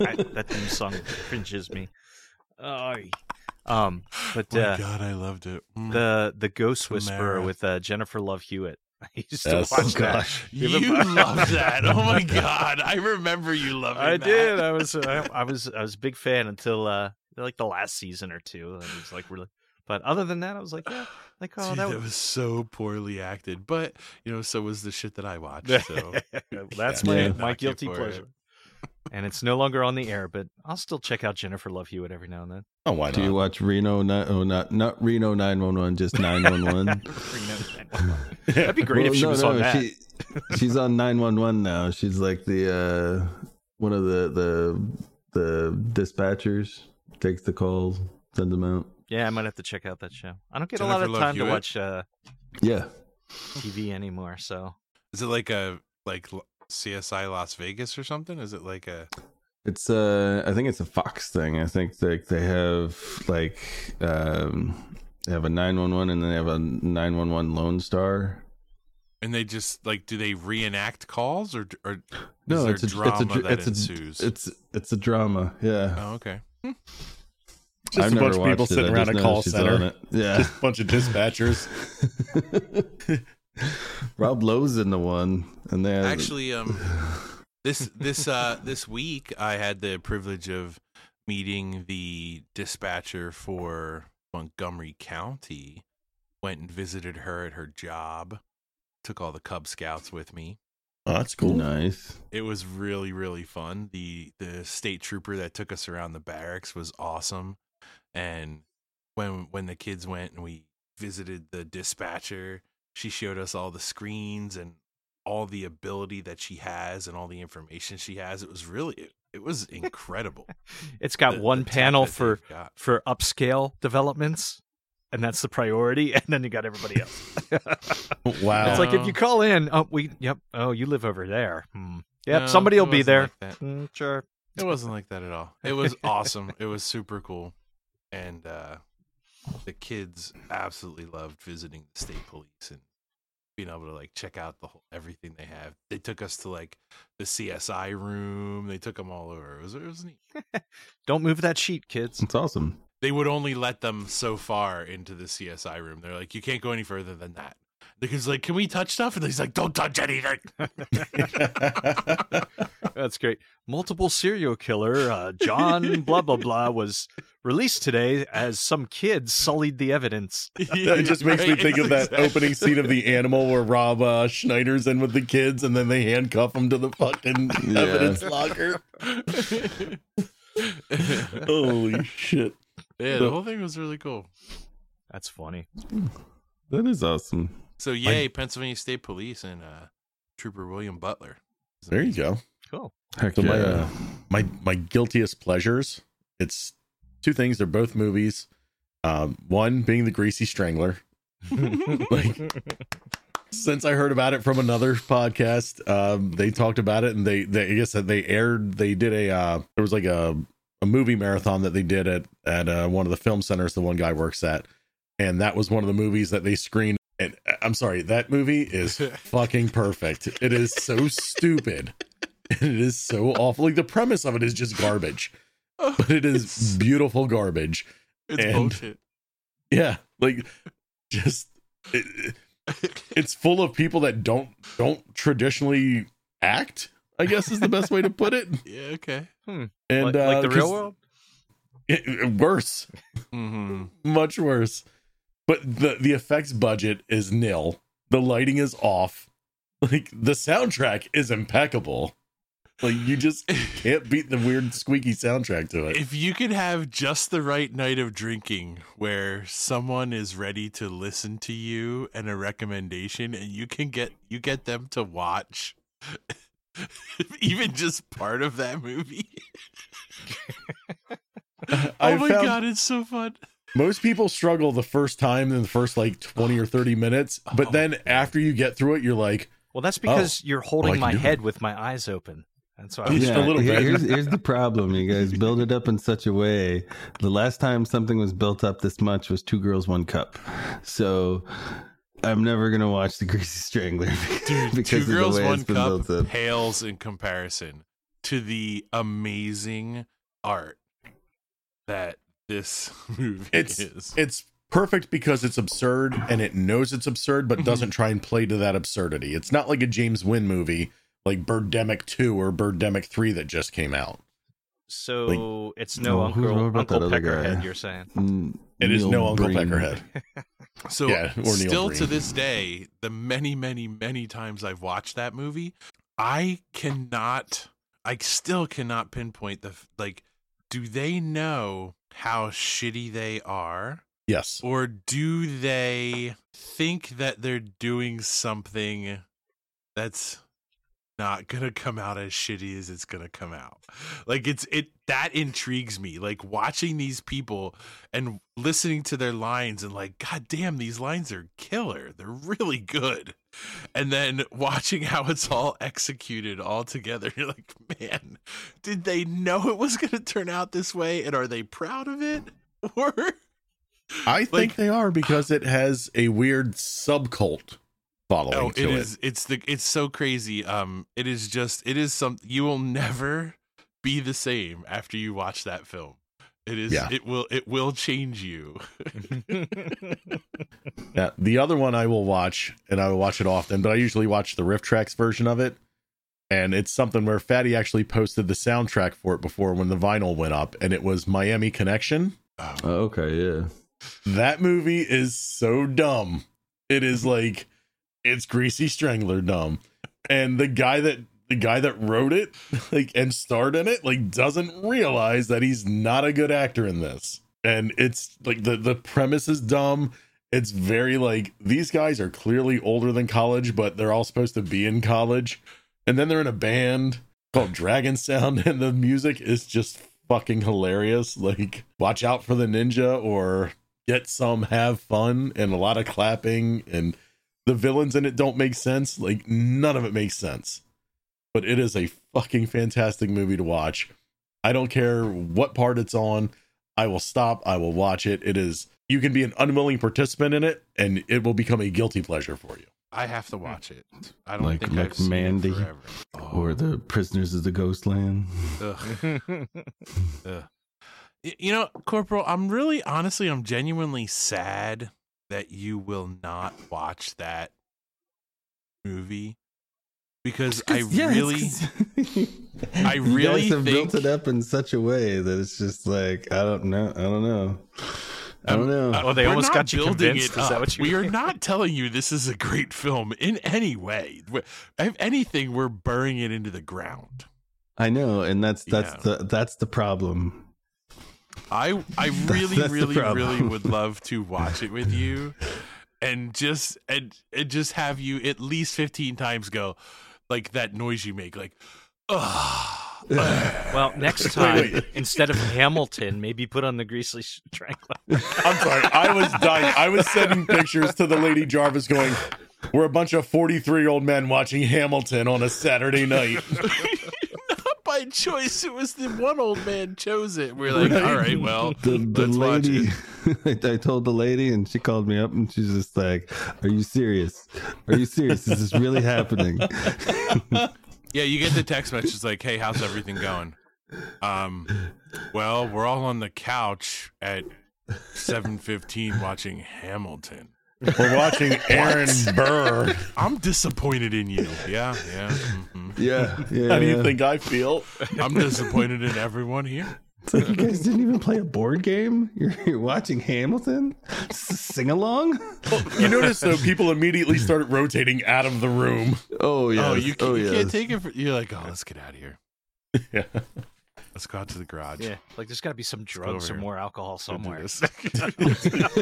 S3: I, that theme song cringes me. Ay. Um, but
S4: Oh my
S3: uh,
S4: god, I loved it. Mm.
S3: the the Ghost Whisperer
S4: Tamara.
S3: with uh, Jennifer Love Hewitt. I used to
S1: Yes.
S3: watch
S1: Oh,
S3: that.
S4: you loved that. Oh my god, I remember you loving
S3: I
S4: that.
S3: did. I was I, I was I was a big fan until uh like the last season or two. And it was like really. But other than that, I was like, yeah, like oh
S4: Dude,
S3: that,
S4: that
S3: was
S4: was so poorly acted, but you know, so was the shit that I watched. So
S3: that's
S1: Yeah.
S3: my
S1: Yeah.
S3: my
S4: Knock you
S3: guilty
S4: for it.
S3: pleasure. And it's no longer on the air, but I'll still check out Jennifer Love Hewitt every now and then.
S1: Oh, why
S2: Do you
S1: not?
S2: watch Reno? Ni- oh, not not Reno nine one one, just nine one one.
S3: That'd be great if
S2: Well,
S3: she
S2: no,
S3: was
S2: no,
S3: on that.
S2: she- she's on nine one one now. She's like the uh, one of the the the dispatchers takes the calls, send them out.
S3: Yeah, I might have to check out that show. I don't get a lot
S4: Jennifer
S3: of
S4: Love
S3: time to
S4: Hewitt?
S3: watch uh,
S2: Yeah,
S3: TV anymore, so
S4: Is it like a like l- CSI Las Vegas or something? Is it like a
S2: It's a, I think it's a Fox thing. I think like they have like um, they have a nine one one, and then they have a nine one one Lone Star.
S4: and they just like do they reenact calls or or is
S2: No,
S4: there
S2: it's a
S4: drama
S2: it's a
S4: that
S2: it's
S4: ensues?
S2: a it's it's a drama. Yeah,
S4: oh, okay.
S2: I've
S1: Just a
S2: never
S1: bunch of people
S2: watched it. I
S1: sitting around
S2: just
S1: a
S2: know
S1: call
S2: she's
S1: center.
S2: on it. Yeah,
S1: Just a bunch of dispatchers.
S2: Rob Lowe's in the one, and they
S4: Actually, um, this this uh this week I had the privilege of meeting the dispatcher for Montgomery County. Went and visited her at her job. Took all the Cub Scouts with me.
S1: Oh, that's cool.
S2: nice.
S4: It was really really fun. The the state trooper that took us around the barracks was awesome. And when when the kids went and we visited the dispatcher, she showed us all the screens and all the ability that she has and all the information she has. It was really it, it was incredible.
S3: It's got
S4: the- the
S3: one
S4: tech
S3: panel
S4: that
S3: for
S4: they've got.
S3: for upscale developments, and that's the priority. And then you got everybody else.
S1: Wow.
S3: It's like if
S4: No.
S3: you call in, oh we, yep, oh you live over there. Hmm. Yep,
S4: No,
S3: somebody will
S4: it
S3: be
S4: wasn't
S3: there.
S4: like that.
S3: Mm, sure.
S4: It wasn't like that at all. It was awesome. It was super cool. And uh the kids absolutely loved visiting the state police and being able to like check out the whole everything they have. They took us to like the CSI room. They took them all over. It was, it was neat.
S3: Don't move that sheet, kids.
S2: It's awesome.
S4: They would only let them so far into the CSI room. They're like, you can't go any further than that. The kid's like, can we touch stuff? And he's like, don't touch anything.
S3: That's great. Multiple serial killer uh, John blah blah blah was released today as some kid sullied the evidence.
S1: It just makes me
S4: Right?
S1: think of that
S4: Exactly.
S1: opening scene of the animal where Rob uh, Schneider's in with the kids, and then they handcuff him to the fucking
S2: Yeah.
S1: evidence locker. Holy shit!
S4: yeah, the whole thing was really cool.
S3: That's funny.
S2: That is awesome.
S4: So yay, Pennsylvania State Police and uh, Trooper William Butler.
S1: There you go.
S3: Cool.
S2: Heck
S1: So my,
S2: yeah.
S1: uh, my my guiltiest pleasures. It's two things. They're both movies. Um, one being the Greasy Strangler. Like- Since I heard about it from another podcast, um, they talked about it and they, they I guess that they aired. They did a uh, there was like a a movie marathon that they did at at uh, one of the film centers. The one guy works at, and that was one of the movies that they screened. And uh, I'm sorry, that movie is fucking perfect. It is so stupid. It is so awful. Like the premise of it is just garbage, but it is beautiful garbage.
S4: Oh, It's
S1: and-
S4: bullshit.
S1: Yeah, like just it, it's full of people that don't don't traditionally act. I guess is the best way to put it.
S4: yeah. Okay.
S1: And
S3: like,
S1: uh,
S3: like the
S1: 'cause
S3: real world.
S1: it- it- worse,
S4: Mm-hmm.
S1: much worse. But the the effects budget is nil. The lighting is off. Like the soundtrack is impeccable. Like you just can't beat the weird squeaky soundtrack to it.
S4: If you could have just the right night of drinking, where someone is ready to listen to you and a recommendation, and you can get you get them to watch. Even just part of that movie.
S1: I
S4: oh my
S1: found-
S4: god, it's so fun.
S1: most people struggle the first time in the first like 20 or 30 minutes but
S4: Oh.
S1: then after you get through it you're like
S3: Well, that's because you're holding
S1: can
S3: my
S1: do it.
S3: head with my eyes open. That's why. I was
S1: Just a
S2: Oh, Yeah,
S1: little
S2: here-
S1: bit.
S2: Here's, here's the problem. You guys build it up in such a way. The last time something was built up this much was Two Girls, One Cup. So I'm never going to watch The Greasy Strangler
S4: Dude,
S2: because
S4: Two
S2: of the
S4: Girls
S2: way
S4: One
S2: it's been
S4: Cup
S2: built up.
S4: pales in comparison to the amazing art that this movie
S1: it's
S4: is.
S1: it's perfect because it's absurd and it knows it's absurd
S4: Mm-hmm.
S1: but doesn't try and play to that absurdity it's not like a james wynn movie like birdemic 2 or birdemic 3 that just came out
S3: So it's no
S2: Oh, who's wrong
S3: Uncle
S2: about
S3: Uncle
S2: that other guy?
S3: Peckerhead. You're saying
S2: Mm,
S1: It is
S2: Neil
S1: no uncle
S2: Breen.
S1: peckerhead
S4: so
S1: yeah, or Neil
S4: still to
S1: Breen.
S4: this day, the many, many, many times I've watched that movie, I cannot I still cannot pinpoint the f- like do they know how shitty they are?
S1: yes
S4: Or do they think that they're doing something that's not gonna come out as shitty as it's gonna come out. Like it's it that intrigues me. Like watching these people and listening to their lines and like, god damn, these lines are killer. They're really good. And then watching how it's all executed all together, you're like, man, did they know it was gonna turn out this way? And are they proud of it? Or
S1: I think they are because it has a weird subcult following
S4: No,
S1: to
S4: Oh, it
S1: it.
S4: is. It's the. It's so crazy. Um, it is just. It is some. You will never be the same after you watch that film. It is.
S1: Yeah.
S4: It will. It will change you.
S1: Yeah, the other one I will watch, and I will watch it often, but I usually watch the Riff Tracks version of it. And it's something where Fatty actually posted the soundtrack for it before when the vinyl went up, and it was Miami Connection.
S2: Oh, okay, yeah.
S1: That movie is so dumb. It is like it's Greasy Strangler dumb. And the guy that the guy that wrote it, like and starred in it, like doesn't realize that he's not a good actor in this. And it's like the the premise is dumb. It's very like these guys are clearly older than college, but they're all supposed to be in college. And then they're in a band called Dragon Sound, and the music is just fucking hilarious. Like, watch out for the ninja or get some have fun and a lot of clapping and the villains in it don't make sense like none of it makes sense but it is a fucking fantastic movie to watch i don't care what part it's on i will stop i will watch it it is you can be an unwilling participant in it and it will become a guilty pleasure for you
S4: I have to watch it. I don't
S2: Like
S4: think I've seen it
S2: McMandy.
S4: forever.
S2: Or the prisoners of the Ghostland.
S4: Ugh. Ugh. Y- You know, Corporal, I'm really honestly, I'm genuinely sad that you will not watch that movie because I really. I
S2: You
S4: really
S2: guys have built
S4: think-
S2: it up in such a way that it's just like I don't know, I don't know, I don't know.
S4: Uh,
S3: Oh, they
S4: we're
S3: almost
S4: not
S3: got you
S4: building
S3: convinced,
S4: it
S3: is that
S4: up.
S3: what you-
S4: We are not telling you this is a great film in any way. We- If anything, we're burying it into the ground.
S2: I know, and that's that's
S4: Yeah.
S2: the that's the problem.
S4: I I really
S2: that's the
S4: really
S2: problem.
S4: really would love to watch it with you, and just and, and just have you at least fifteen times go, like that noise you make, like, ugh. ugh."
S3: well, next time instead of Hamilton, maybe put on the Greasy Strangler.
S1: i'm sorry i was dying i was sending pictures to the lady jarvis going we're a bunch of 43 year old men watching hamilton on a saturday night
S4: Not by choice. It was the one old man chose it. We're like, all right, well,
S2: the, the
S4: let's watch
S2: lady
S4: it.
S2: I, I told the lady and she called me up and she's just like are you serious are you serious is this really happening
S4: Yeah, you get the text message it's like, "Hey, how's everything going?" Um, well, we're all on the couch at 7:15 watching Hamilton.
S1: We're watching Aaron Burr.
S4: I'm disappointed in you. Yeah, yeah. mhm.
S2: yeah yeah
S1: How do you
S2: yeah.
S1: think I feel?
S4: I'm disappointed in everyone here.
S2: It's like, you guys didn't even play a board game you're, you're watching hamilton sing along
S1: You notice though, people immediately started rotating out of the room.
S2: oh yeah
S4: Oh, you, can, you can't take it. For, you're like, "Oh, let's get out of here.
S1: Yeah.
S4: Let's go out to the garage."
S3: Yeah, like there's got to be some
S4: go
S3: drugs
S4: over
S3: or
S4: here.
S3: more alcohol
S4: Go do
S3: somewhere.
S4: this.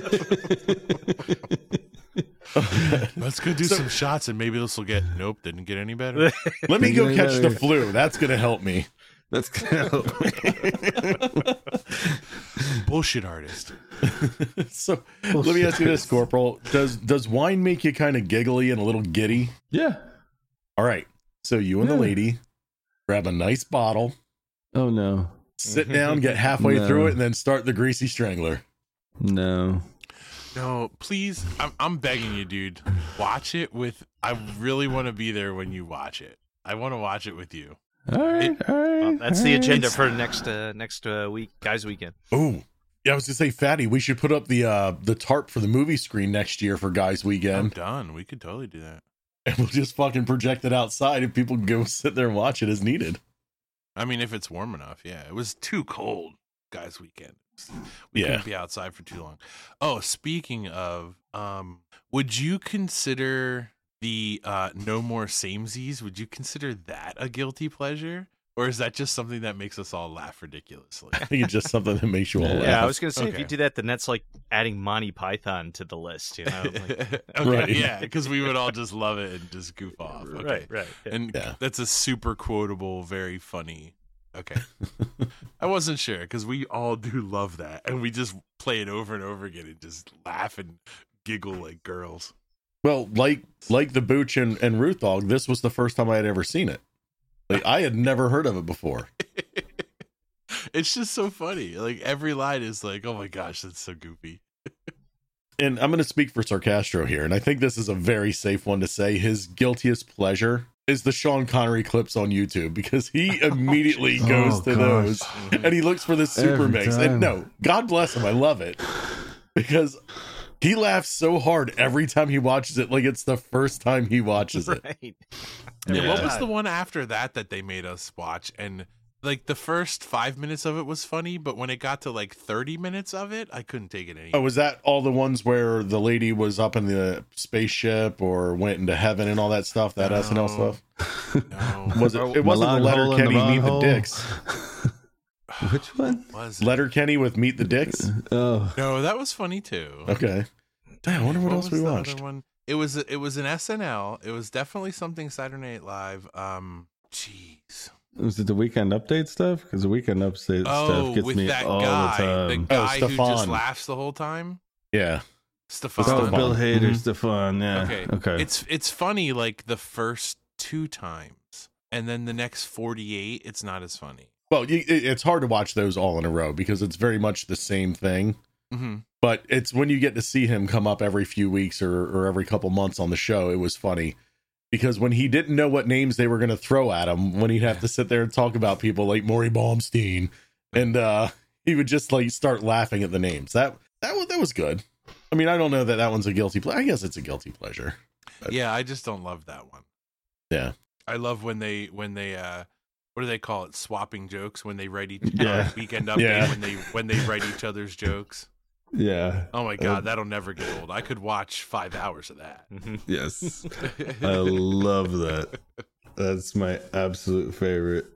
S4: Let's go do some shots and maybe this will get. Nope, didn't get any better.
S1: Let me go
S2: Thinking
S1: catch
S2: about
S1: the
S2: it.
S1: flu. That's gonna help me.
S2: that's gonna help
S4: Bullshit artist.
S1: So let me ask you this, Corporal. Does does wine make you kind of giggly and a little giddy?
S2: yeah
S1: All right. So you and the
S2: Yeah.
S1: lady grab a nice bottle,
S2: oh no
S1: sit down, get halfway
S2: Mm-hmm. No.
S1: through it, and then start the greasy strangler.
S2: no
S4: No, please. I'm, I'm begging you, dude. Watch it with. I really want to be there when you watch it. I want to watch it with you.
S2: all right all right
S3: Well, that's
S2: all
S3: the
S2: right.
S3: agenda for next uh, next uh, week, guys' weekend.
S1: Ooh. Yeah, I was gonna say, Fatty, we should put up the uh the tarp for the movie screen next year for guys
S4: I'm
S1: weekend.
S4: done. We could totally do that.
S1: and we'll just fucking project it outside and people can go sit there and watch it as needed.
S4: I mean, if it's warm enough. Yeah, it was too cold, guys. Weekend. We
S1: Yeah.
S4: couldn't be outside for too long. Oh, speaking of, um, would you consider the uh, no more samesies? Would you consider that a guilty pleasure? or is that just something that makes us all laugh ridiculously?
S1: I think it's just something that makes you all laugh.
S3: Yeah, I was gonna say if
S4: Okay.
S3: you do that, then that's like adding Monty Python to the list. You know, like,
S4: okay,
S1: Right.
S4: Yeah, because we would all just love it and just goof off. Okay.
S3: right, right. yeah.
S4: And
S1: Yeah.
S4: that's a super quotable, very funny. Okay. I wasn't sure because we all do love that. And we just play it over and over again and just laugh and giggle like girls.
S1: Well, like like the Booch and, and Root Dog, this was the first time I had ever seen it. Like I had never heard of it before.
S4: it's just so funny. Like every line is like, oh my gosh, that's so goofy.
S1: And I'm gonna speak for Sarcastro here, and I think this is a very safe one to say. His guiltiest pleasure is the Sean Connery clips on YouTube because he immediately goes
S2: Oh,
S1: to
S2: gosh.
S1: those and he looks for the super
S2: Every
S1: mix.
S2: time.
S1: And no, God bless him, I love it. Because he laughs so hard every time he watches it, like it's the first time he watches it.
S3: Right.
S4: Yeah. What
S2: Yeah.
S4: was the one after that that they made us watch? And like the first five minutes of it was funny, but when it got to like 30 minutes of it, I couldn't take it anymore.
S1: Oh, was that all the ones where the lady was up in the spaceship or went into heaven and all that stuff? That SNL stuff.
S4: no.
S1: Was it? It wasn't the
S2: Milan
S1: letter
S2: hole and
S1: Kenny
S2: the
S1: meet the
S2: manhole.
S1: dicks.
S2: Which one?
S4: was it?
S1: Letter Kenny with meet the dicks.
S2: Oh,
S4: No, that was funny too.
S1: Okay. Damn, I wonder what, else
S4: was
S1: we
S4: the other
S1: watched.
S4: One? It was it was an SNL. It was definitely something Saturday Night Live. Um, jeez.
S2: was it the weekend update stuff? Because the weekend update
S4: Oh,
S2: stuff gets
S4: with
S2: me
S4: that
S2: all
S4: guy,
S2: the
S4: the,
S2: time. Oh,
S4: guy who just
S1: Stefan.
S4: laughs the whole time,
S1: Yeah.
S4: Stefan.
S2: It's all
S1: Stefan.
S2: Bill Hader,
S1: Mhm.
S2: Stefan. Yeah.
S4: Mm-hmm. Okay.
S2: Okay.
S4: It's it's funny like the first two times, and then the next forty eight, it's not as funny.
S1: Well, you, it, it's hard to watch those all in a row because it's very much the same thing.
S4: hmm
S1: But it's when you get to see him come up every few weeks or, or every couple months on the show. It was funny because when he didn't know what names they were going to throw at him, when he'd have to sit there and talk about people like Maury Baumstein, and uh, he would just like start laughing at the names. That that was that was good. I mean, I don't know that that one's a guilty pleasure. I guess it's a guilty pleasure.
S4: Yeah, I just don't love that one.
S1: Yeah.
S4: I love when they when they uh what do they call it? Swapping jokes when they write each uh,
S2: Yeah.
S4: weekend update
S1: Yeah.
S4: when they when they write each other's jokes.
S2: Yeah.
S4: Oh my god,
S2: Uh,
S4: that'll never get old. I could watch five hours of that.
S3: Mhm.
S2: Yes. I love that. That's my absolute favorite.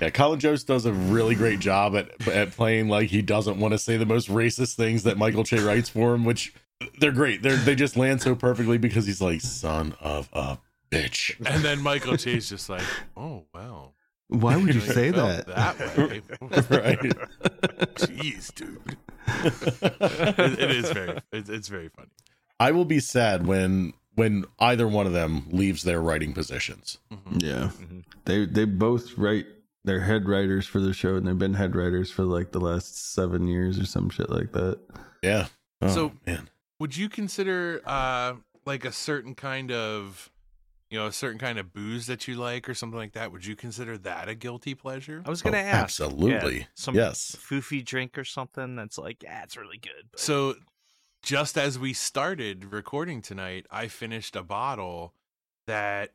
S1: Yeah, Colin Jost does a really great job at at playing like he doesn't want to say the most racist things that Michael Che writes for him, which they're great. They they just land so perfectly because he's like son of a bitch.
S4: And then Michael Che's just like, oh wow.
S2: Why would you
S4: Really
S2: say
S4: felt
S2: that?
S4: That way.
S1: Right.
S4: Jeez, dude. It- it is very it's, it's very funny.
S1: I will be sad when when either one of them leaves their writing positions.
S4: Mhm.
S2: Yeah.
S3: Mhm.
S2: They they both write they're head writers for the show and they've been head writers for like the last seven years or some shit like that.
S1: Yeah. Oh,
S4: So-
S1: man,
S4: Would you consider uh like a certain kind of you know, a certain kind of booze that you like or something like that? Would you consider that a guilty pleasure?
S3: I was gonna
S1: Oh,
S3: ask.
S1: absolutely.
S3: yeah, some
S1: yes.
S3: foofy drink or something that's like, yeah, it's really good. but-
S4: So, just as we started recording tonight, I finished a bottle that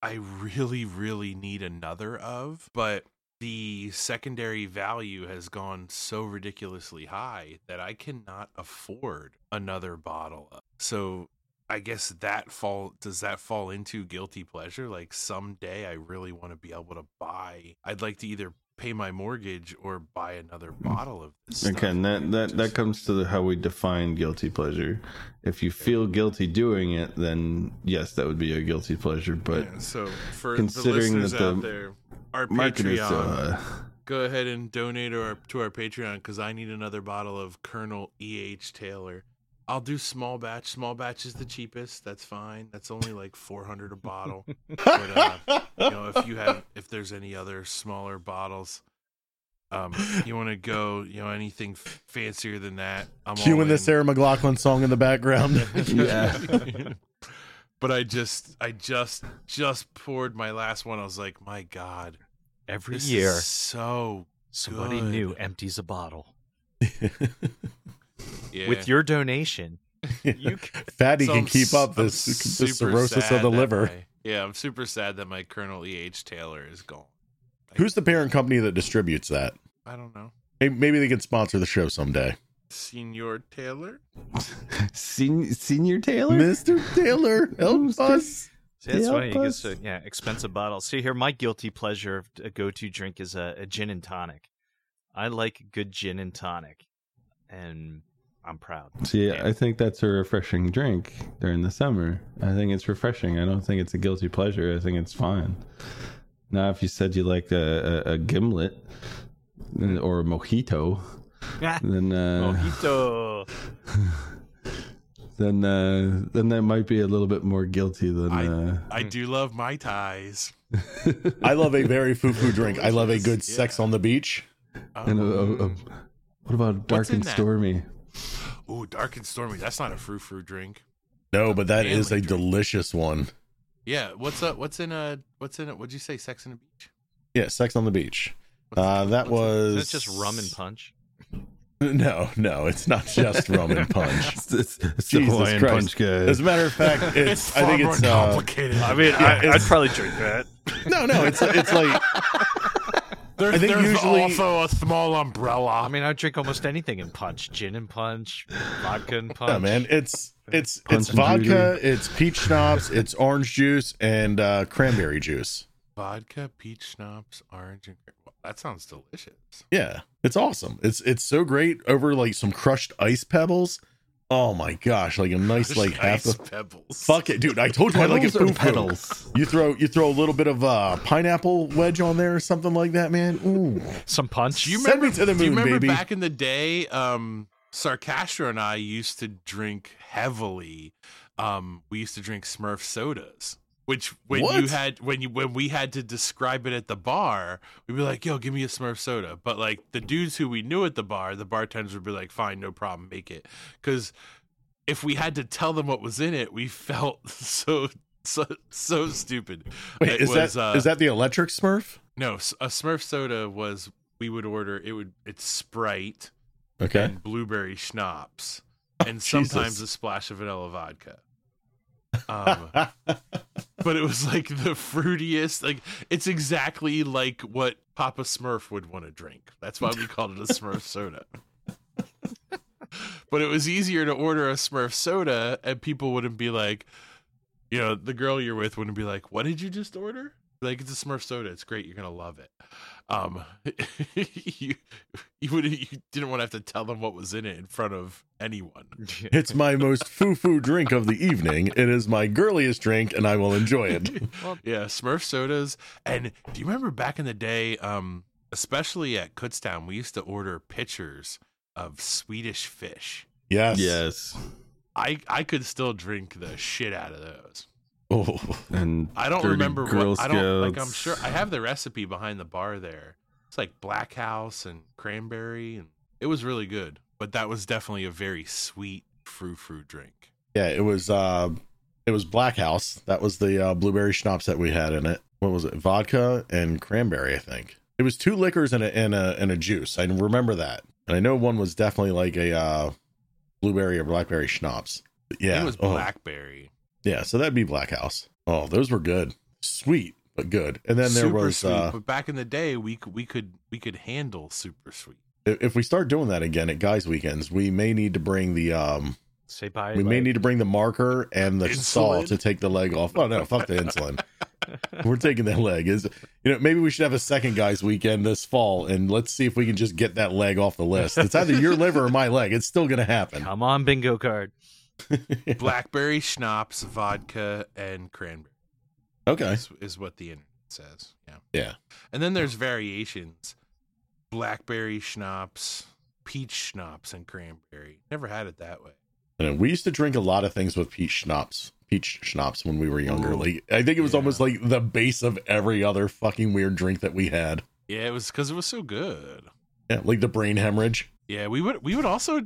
S4: I really, really need another of, but the secondary value has gone so ridiculously high that I cannot afford another bottle. Of. So, I guess that fall does that fall into guilty pleasure? Like someday I really want to be able to buy. I'd like to either pay my mortgage or buy another bottle of this. stuff.
S2: Again, that that that
S4: Just-
S2: comes to the, how we define guilty pleasure. If you feel guilty doing it, then yes, that would be a guilty pleasure. But
S4: Yeah, so for
S2: considering
S4: the listeners
S2: that the
S4: out there, our
S2: marketers,
S4: Patreon,
S2: uh,
S4: go ahead and donate our, to our Patreon because I need another bottle of Colonel E. H. Taylor. I'll do small batch. Small batch is the cheapest. That's fine. That's only like four hundred a bottle. But, uh, you know, if you have, if there's any other smaller bottles, um, you want to go, you know, anything f- fancier than that, I'm all
S1: Cueing
S4: in.
S1: the Sarah McLaughlin song in the background.
S2: Yeah.
S4: but I just, I just, just poured my last one. I was like, my God,
S3: every
S4: this
S3: year,
S4: is so
S3: somebody
S4: good.
S3: new empties a bottle.
S4: yeah.
S3: With your donation, you can,
S1: Fatty
S4: So
S1: can
S4: I'm
S1: keep
S4: s-
S1: up
S4: I'm
S1: this, this
S4: super
S1: cirrhosis of
S4: sad
S1: the
S4: that
S1: liver.
S4: my- yeah, I'm super sad that my Colonel E. H. Taylor is gone. Like,
S1: Who's the parent company that distributes that?
S4: I don't know.
S1: Hey, Maybe they could sponsor the show someday.
S4: Senior Taylor.
S2: sen- senior Taylor,
S1: Mr. Taylor, help us.
S3: See, that's
S2: Yeah,
S3: why he gets
S2: plus-
S3: to, yeah, expensive bottles. See here, my guilty pleasure of a go-to drink is a, a gin and tonic. I like good gin and tonic, and I'm proud.
S2: See,
S3: Yeah.
S2: I think that's a refreshing drink during the summer. I think it's refreshing. I don't think it's a guilty pleasure. I think it's fine. Now, if you said you liked a, a, a gimlet uh, or a mojito, then uh,
S3: Mojito.
S2: then uh, then that might be a little bit more guilty than. uh,
S3: Hmm.
S4: I do love my ties.
S1: I love a very foo foo drink. I love a good
S4: Yeah.
S1: sex on the beach. uh,
S2: and a,
S4: Um,
S2: a, a, what about dark
S4: in
S2: and
S4: that?
S2: stormy?
S1: uh,
S4: Ooh, dark and stormy. That's not a frou frou drink.
S1: No, but that
S4: Manly
S1: is a
S4: drink.
S1: delicious one.
S4: Yeah. What's up? What's in a? What's in it? What'd you say? Sex in the beach.
S1: Yeah, sex on the beach.
S4: What's
S1: Uh, that was
S3: That's just rum and punch.
S1: No, no, it's not just rum and punch.
S2: It's, it's, it's the
S1: Jesus
S2: Hawaiian
S1: Christ.
S2: punch guy.
S1: As a matter of fact, it's,
S4: It's
S1: I
S4: far
S1: think
S4: more
S1: it's uh,
S4: complicated.
S3: I mean,
S1: Yeah,
S3: I, I'd
S1: it's-
S3: probably drink that.
S1: no, no. It's it's like
S4: there's,
S1: I think
S4: there's
S1: usually-
S4: also a small umbrella.
S3: I mean, I'd drink almost anything in punch: gin and punch, vodka and punch.
S1: no, man. It's it's
S2: Punch
S1: it's
S2: and
S1: vodka, it's peach schnapps, it's orange juice, and uh, cranberry juice.
S4: Vodka, peach schnapps, orange. And... Wow, that sounds delicious.
S1: Yeah, it's awesome. It's it's so great over like some crushed ice pebbles. Oh my gosh, like a nice like half.
S4: ice
S1: A,
S4: pebbles.
S1: fuck it, dude. I told you I like it.
S2: Petals or
S1: Foo foo.
S2: petals.
S1: You throw you throw a little bit of uh, pineapple wedge on there or something like that, man. Ooh,
S3: Some punch.
S4: Do you
S1: Send
S4: remember,
S1: me to the
S4: do you
S1: moon,
S4: remember
S1: baby.
S4: back in the day, um, Sarcastro and I used to drink heavily. Um, we used to drink Smurf sodas, which when you
S1: What?
S4: had when you when we had to describe it at the bar, we'd be like, "Yo, give me a Smurf soda." But like the dudes who we knew at the bar, the bartenders would be like, "Fine, no problem, make it," because if we had to tell them what was in it, we felt so so so stupid.
S1: wait,
S4: It
S1: is
S4: was,
S1: that
S4: uh,
S1: is that the electric Smurf?
S4: no, s- a Smurf soda was we would order it would it's Sprite
S1: Okay, Oh,
S4: and blueberry schnapps and
S1: Jesus.
S4: sometimes a splash of vanilla vodka. Um, but it was like the fruitiest, like it's exactly like what Papa Smurf would want to drink. That's why we called it a Smurf soda. but it was easier to order a Smurf soda, and people wouldn't be like, you know, the girl you're with wouldn't be like, "What did you just order?" Like it's a Smurf soda. It's great. You're gonna love it. Um, you you would you didn't want to have to tell them what was in it in front of anyone.
S1: it's my most foo foo drink of the evening. It is my girliest drink, and I will enjoy it.
S4: yeah, Smurf sodas. And do you remember back in the day, um, especially at Kutztown, we used to order pitchers of Swedish fish.
S1: Yes.
S2: Yes,
S4: I I could still drink the shit out of those.
S1: Oh,
S2: and
S4: I don't
S2: Dirty
S4: remember
S2: Girl
S4: what I don't like. I'm
S2: Scouts.
S4: sure I have the recipe behind the bar there. It's like Black House and cranberry, and it was really good. But that was definitely a very sweet frou frou drink.
S1: yeah. It was uh, it was Black House. That was the uh, blueberry schnapps that we had in it. What was it? Vodka and cranberry, I think. It was two liquors and a and a and a juice. I remember that, and I know one was definitely like a uh, blueberry or blackberry schnapps. But
S4: I think
S1: yeah,
S4: it was
S1: oh,
S4: blackberry.
S1: yeah. So that'd be Black House. Oh, those were good, sweet but good. And then there
S4: super
S1: was
S4: sweet.
S1: uh,
S4: but back in the day, we c- we could we could handle super sweet.
S1: i- if we start doing that again at guys' weekends, we may need to bring the um,
S3: Say bye.
S1: we may
S3: like-
S1: need to bring the marker and the saw
S4: Insulin?
S1: to take the leg off. Oh no, fuck the insulin. We're taking that leg. Is you know maybe we should have a second guys weekend this fall and let's see if we can just get that leg off the list. It's either your liver or my leg. It's still gonna happen.
S3: Come on, bingo card.
S4: Blackberry schnapps, vodka, and cranberry
S1: Okay.
S4: is, is what the internet says. Yeah.
S1: Yeah.
S4: And then there's variations: blackberry schnapps, peach schnapps, and cranberry. Never had it that way.
S1: And we used to drink a lot of things with peach schnapps. Peach schnapps when we were younger.
S4: Ooh.
S1: Like I think it was
S4: Yeah.
S1: almost like the base of every other fucking weird drink that we had.
S4: Yeah, it was because it was so good.
S1: Yeah, like the brain hemorrhage.
S4: Yeah, we would we would also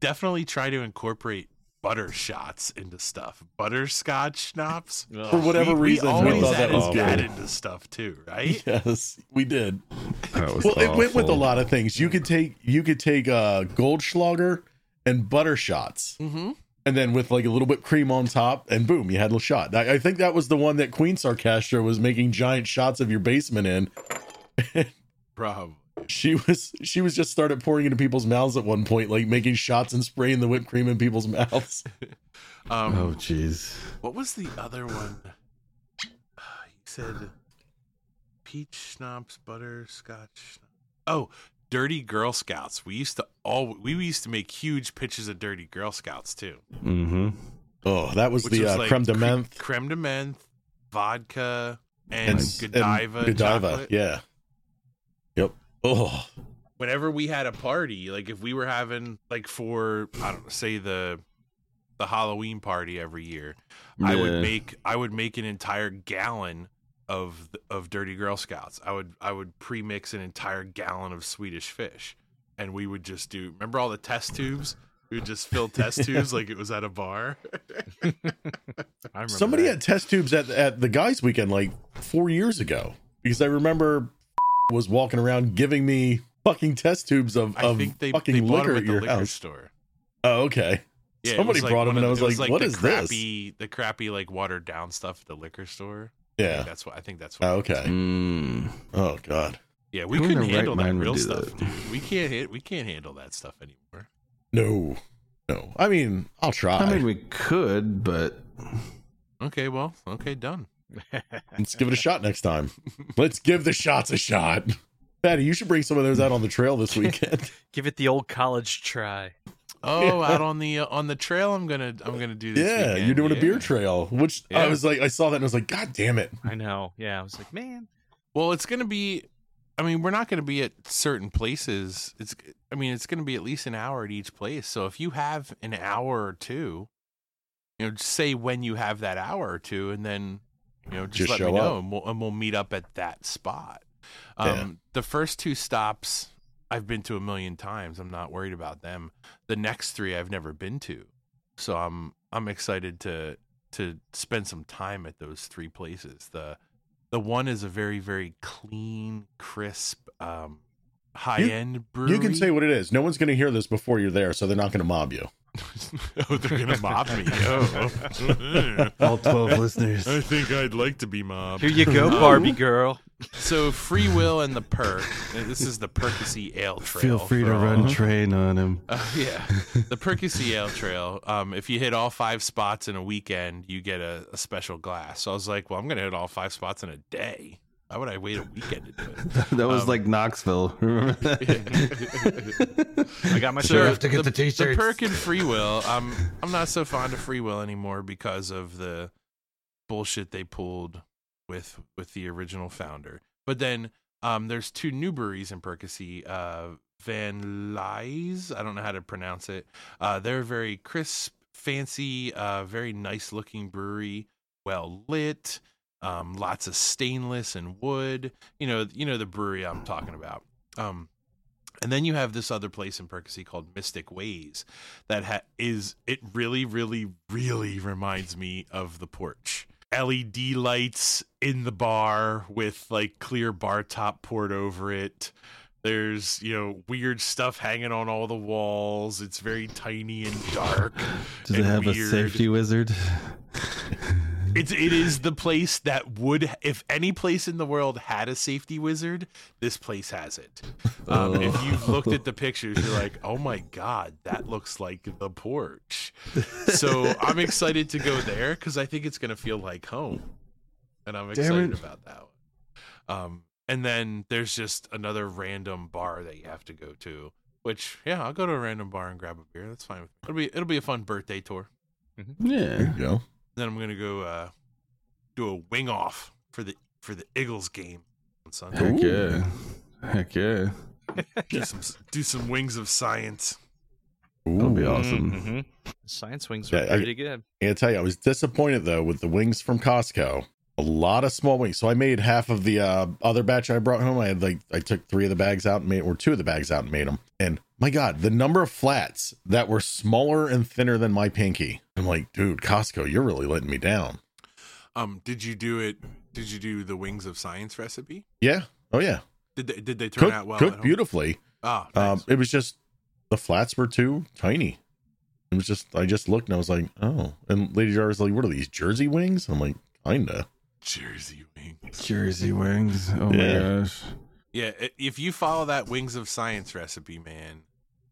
S4: definitely try to incorporate butter shots into stuff. Butterscotch schnapps.
S1: For whatever
S4: we,
S1: reason,
S4: we
S1: we,
S4: always
S1: thought
S4: added
S1: that was
S4: that
S1: good.
S4: into stuff too, right?
S1: Yes, we did.
S2: that was
S1: well it went with a
S2: awful.
S1: lot of things you could take you could take uh goldschlager and butter shots
S4: Mm-hmm.
S1: and then with like a little whipped cream on top and boom you had a shot i, I think that was the one that queen sarcastro was making giant shots of your basement in
S4: Probably.
S1: she was she was just started pouring into people's mouths at one point like making shots and spraying the whipped cream in people's mouths
S4: Um,
S2: Oh jeez.
S4: What was the other one? said peach schnapps, butter, scotch. Oh, dirty Girl Scouts. We used to all we used to make huge pitchers of dirty Girl Scouts too.
S2: Mm-hmm.
S1: Oh, that was
S4: which
S1: the
S4: was
S1: uh,
S4: like
S1: creme de
S4: cre-
S1: menthe
S4: creme de menthe, vodka, and,
S1: and, s- and
S4: Godiva.
S1: Godiva,
S4: chocolate.
S1: yeah. Yep. Oh,
S4: Whenever we had a party, like if we were having like for I don't know, say the the Halloween party every year, I
S2: Yeah.
S4: would make I would make an entire gallon of of dirty Girl Scouts. I would I would pre mix an entire gallon of Swedish fish, and we would just do. Remember all the test tubes? We would just fill test tubes like it was at a bar.
S3: I remember
S1: somebody
S3: that.
S1: had test tubes at at the guys' weekend like four years ago because I remember was walking around giving me fucking test tubes of,
S4: I
S1: of
S4: think they,
S1: fucking
S4: they bought
S1: liquor
S4: them at
S1: at
S4: the
S1: your
S4: liquor
S1: house.
S4: store.
S1: Oh, okay.
S4: Yeah, it
S1: Somebody
S4: was, like,
S1: brought
S4: one
S1: them, and
S4: of
S1: I
S4: the-
S1: was
S4: it
S1: like, "What
S4: the
S1: is this?"
S4: crappy, The crappy, like watered down stuff at the liquor store. I think
S1: Yeah.
S4: that's what I think that's what.
S1: Oh, okay.
S2: Mm.
S1: Oh God.
S4: Yeah, we
S2: Who in
S4: couldn't
S2: their right
S4: handle that
S2: mind would
S4: real
S2: do
S4: stuff,
S2: that?
S4: dude. We can't hit. We can't handle that stuff anymore.
S1: No. No. I mean, I'll try.
S2: I mean, we could, but
S4: Okay, well, okay, done.
S1: Let's give it a shot next time. Let's give the shots a shot. Patty, you should bring some of those out on the trail this weekend.
S3: Give it the old college try.
S4: Oh, out on the uh, on the trail, I'm gonna I'm gonna do this.
S1: yeah,
S4: weekend.
S1: you're doing a
S4: Yeah.
S1: beer trail, which I
S4: Yeah.
S1: was like, I saw that and I was like, God damn it.
S3: I know. Yeah, I was like, man.
S4: Well, it's gonna be. I mean, we're not gonna be at certain places. It's. I mean, it's gonna be at least an hour at each place. So if you have an hour or two, you know, just say when you have that hour or two, and then you know, just,
S1: Just
S4: let
S1: show
S4: me know,
S1: up.
S4: and we'll and we'll meet up at that spot. Um,
S1: Yeah.
S4: The first two stops I've been to a million times. I'm not worried about them. The next three I've never been to, so I'm I'm excited to to spend some time at those three places. The the one is a very very clean, crisp, um, high end brewery.
S1: You can say what it is. No one's going to hear this before you're there, so they're not going to mob you.
S4: oh, they're gonna mob me. Oh.
S2: all twelve listeners.
S4: I think I'd like to be mobbed.
S3: Here you go, Barbie girl.
S4: So free will and the perk. This is the Percy Ale Trail.
S2: Feel free to
S4: for all-
S2: run train on him.
S4: Uh, yeah, the Percy Ale Trail. Um, if you hit all five spots in a weekend, you get a, a special glass. So I was like, well, I'm gonna hit all five spots in a day. Why would I wait a weekend to do it?
S2: That was
S4: Um,
S2: like Knoxville. Remember that?
S3: I got my
S4: So
S3: shirt.
S5: have to get the t-shirts.
S4: The perk and free will. I'm I'm not so fond of free will anymore because of the bullshit they pulled with with the original founder. But then um, there's two new breweries in Percy. Uh, Van Lies. I don't know how to pronounce it. Uh, they're a very crisp, fancy, uh, very nice looking brewery. Well lit. Um, lots of stainless and wood. You know, you know the brewery I'm talking about. Um, and then you have this other place in Percy called Mystic Ways that ha- is it really really really reminds me of the porch. LED lights in the bar with like clear bar top poured over it. There's, you know, weird stuff hanging on all the walls. It's very tiny and dark.
S2: Does it
S4: and
S2: have a
S4: weird.
S2: safety wizard?
S4: It's it is the place that would if any place in the world had a safety wizard, this place has it. Um,
S2: Oh.
S4: If you've looked at the pictures, you're like, oh my god, that looks like the porch. So I'm excited to go there because I think it's gonna feel like home, and I'm excited
S2: it.
S4: about that one. Um, and then there's just another random bar that you have to go to. Which yeah, I'll go to a random bar and grab a beer. That's fine. With me. It'll be it'll be a fun birthday tour
S2: Yeah.
S1: There you go.
S4: then I'm gonna go uh, do a wing off for the for the Eagles game on Sunday.
S2: Heck yeah. Heck yeah.
S4: do, some, do some wings of science.
S2: That'll be
S1: Ooh.
S2: awesome.
S3: Mhm. Science wings were
S1: Yeah, I-
S3: pretty good.
S1: I gotta tell you, I was disappointed though with the wings from Costco. A lot of small wings. So I made half of the uh, other batch I brought home. I had like I took three of the bags out and made, or two of the bags out and made them. And my God, the number of flats that were smaller and thinner than my pinky. I'm like, dude, Costco, you're really letting me down.
S4: Um, did you do it? Did you do the wings of science recipe?
S1: Yeah. Oh yeah.
S4: Did they, did they turn
S1: Cooked,
S4: out well?
S1: cooked
S4: at home?
S1: beautifully.
S4: Ah, nice.
S1: Um, it was just the flats were too tiny. It was just I just looked and I was like, oh. And Lady Jar was like, what are these Jersey wings? I'm like, kinda.
S4: Jersey wings.
S2: Jersey wings. Oh
S1: Yeah.
S2: my gosh.
S4: Yeah, i- if you follow that wings of science recipe, man,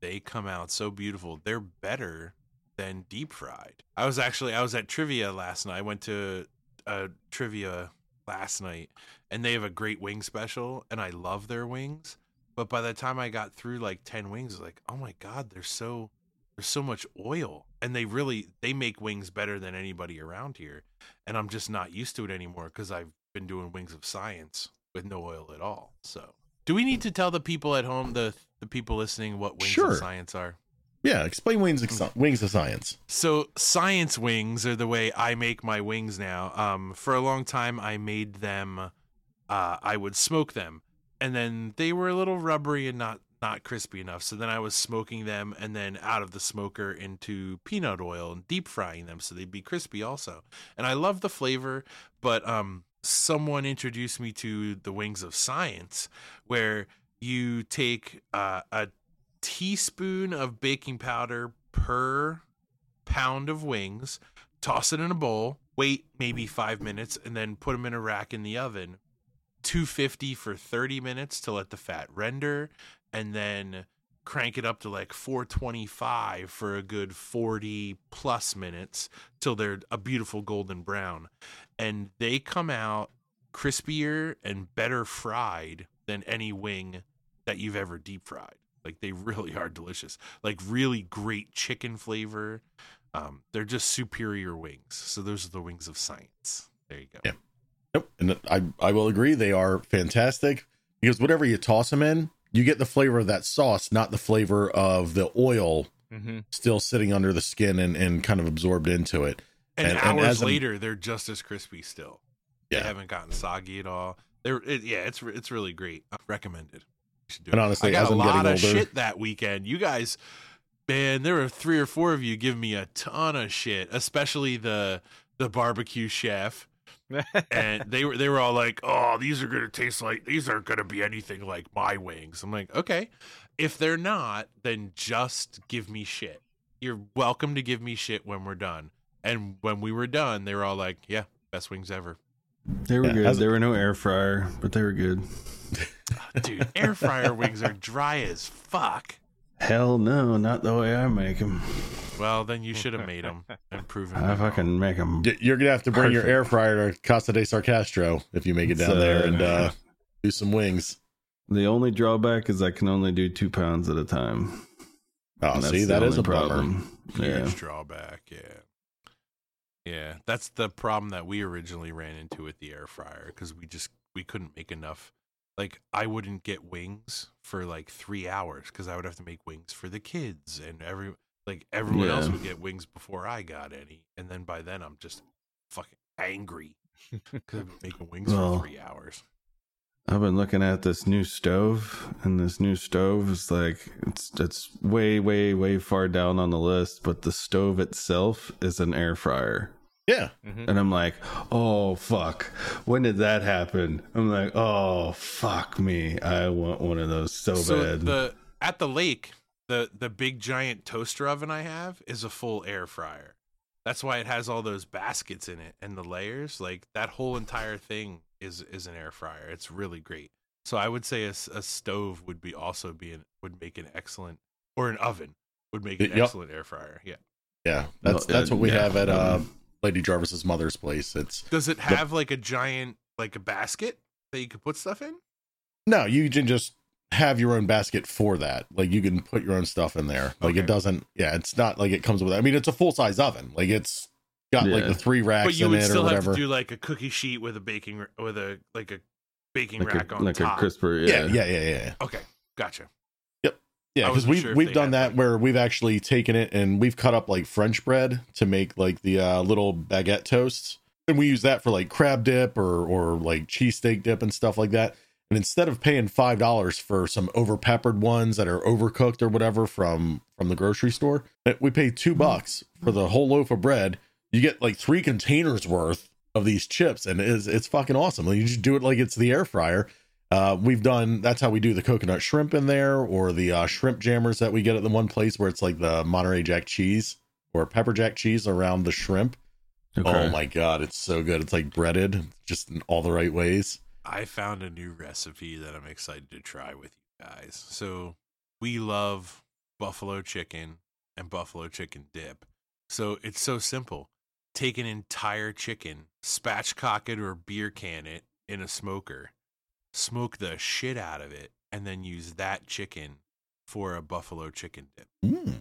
S4: they come out so beautiful. They're better than deep fried. I was actually I was at trivia last night. I went to a trivia last night, and they have a great wing special, and I love their wings. But by the time I got through like ten wings, I was like, oh my god, they're so there's so much oil, and they really they make wings better than anybody around here, and I'm just not used to it anymore because I've been doing wings of science with no oil at all. So, do we need to tell the people at home the the people listening what wings
S1: Sure.
S4: of science are?
S1: Yeah, explain wings of,
S4: Hmm.
S1: Sci- wings of science.
S4: So science wings are the way I make my wings now. Um, for a long time, I made them. Uh, I would smoke them, and then they were a little rubbery and not not crispy enough. So then I was smoking them, and then out of the smoker into peanut oil and deep frying them, so they'd be crispy also. And I love the flavor, but um, someone introduced me to the wings of science, where you take uh, a teaspoon of baking powder per pound of wings, toss it in a bowl, wait maybe five minutes, and then put them in a rack in the oven. 250 for 30 minutes to let the fat render, and then crank it up to like 425 for a good 40 plus minutes till they're a beautiful golden brown. And they come out crispier and better fried than any wing that you've ever deep fried. Like they really are delicious. Like really great chicken flavor. Um, they're just superior wings. So those are the wings of science. There you go.
S1: Yeah. Nope. And I, I will agree, they are fantastic because whatever you toss them in, you get the flavor of that sauce, not the flavor of the oil
S3: Mm-hmm.
S1: still sitting under the skin and, and kind of absorbed into it.
S4: And,
S1: And- and
S4: hours
S1: as I'm-
S4: later, they're just as crispy still.
S1: Yeah.
S4: They haven't gotten soggy at all. They're it, yeah, it's re- it's really great. Uh, Recommended. You should do
S1: And
S4: it.
S1: honestly,
S4: I got
S1: as
S4: a
S1: I'm
S4: lot
S1: getting
S4: of
S1: older-
S4: shit that weekend. You guys, man, there were three or four of you giving me a ton of shit, especially the the barbecue chef. and they were they were all like, "Oh, these are gonna taste like these aren't gonna be anything like my wings." I'm like, "Okay, if they're not, then just give me shit. You're welcome to give me shit when we're done." And when we were done, they were all like, "Yeah, best wings ever,
S2: They were
S1: Yeah,
S2: good.
S1: as-
S2: There were no air fryer, but they were good.
S4: dude. Air fryer wings are dry as fuck."
S2: Hell no, not the way I make them.
S4: Well, then you should have made them and proven. me
S2: I
S4: wrong.
S2: fucking make them.
S1: Y- You're gonna have to bring your
S2: Perfect.
S1: air fryer to Casa de Sarcastro if you make it down
S2: So-
S1: there and uh, do some wings.
S2: The only drawback is I can only do two pounds at a time.
S1: Oh,
S2: And that's
S1: see,
S2: the
S1: that is
S2: only
S1: a problem.
S2: problem.
S4: huge
S2: Yeah.
S4: drawback. Yeah, yeah, that's the problem that we originally ran into with the air fryer because we just we couldn't make enough. Like I wouldn't get wings for like three hours because I would have to make wings for the kids and every like everyone else
S2: Yeah.
S4: would get wings before I got any, and then by then I'm just fucking angry because I've been making wings
S2: Well,
S4: for three hours.
S2: I've been looking at this new stove, and this new stove is like it's it's way way way far down on the list, but the stove itself is an air fryer.
S1: Yeah,
S2: And I'm like, oh fuck, when did that happen? I'm like, oh fuck me, I want one of those so, bad.
S4: the at the lake, the the big giant toaster oven I have is a full air fryer. That's why it has all those baskets in it and the layers. Like that whole entire thing is is an air fryer. It's really great. So I would say a, s- a stove would be also be an, would make an excellent or an oven would make an
S1: Yep.
S4: excellent air fryer. Yeah.
S1: yeah. That's
S2: Well,
S1: that's
S2: uh,
S1: what we
S2: yeah,
S1: have at uh,
S2: um,
S1: Lady Jarvis's mother's place. It's
S4: Does it have like a giant like a basket that you could put stuff in?
S1: no, you can just have your own basket for that. Like you can put your own stuff in there. Like
S4: Okay.
S1: it doesn't. Yeah, it's not like it comes with. I mean, it's a full size oven. Like it's got like
S2: Yeah.
S1: the three racks
S4: But you
S1: in
S4: would
S1: it
S4: still
S1: or
S4: have
S1: whatever.
S4: to do like a cookie sheet with a baking ra- with a like a baking
S2: like
S4: rack
S2: a,
S4: on
S2: like
S4: top.
S2: a crisper,
S1: yeah,
S2: yeah,
S1: yeah, yeah, yeah. yeah.
S4: Okay, gotcha. I
S1: Yeah, because
S4: wasn't
S1: we've
S4: sure if
S1: we've
S4: they
S1: done
S4: had
S1: that
S4: that.
S1: where we've actually taken it and we've cut up like French bread to make like the uh, little baguette toasts, and we use that for like crab dip or or like cheesesteak dip and stuff like that. And instead of paying five dollars for some over peppered ones that are overcooked or whatever from from the grocery store, eh, we pay two bucks for the whole loaf of bread. You get like three containers worth of these chips, and it's it's fucking awesome. Like, you just do it like it's the air fryer, uh, we've done that's how we do the coconut shrimp in there, or the uh, shrimp jammers that we get at the one place where it's like the Monterey Jack cheese or pepper jack cheese around the shrimp.
S2: Okay.
S1: Oh my god, it's so good! It's like breaded, just in all the right ways.
S4: I found a new recipe that I'm excited to try with you guys. So we love buffalo chicken and buffalo chicken dip. So it's so simple. take an entire chicken, spatchcock it or beer can it in a smoker, smoke the shit out of it, and then use that chicken for a buffalo chicken dip.
S1: Mm.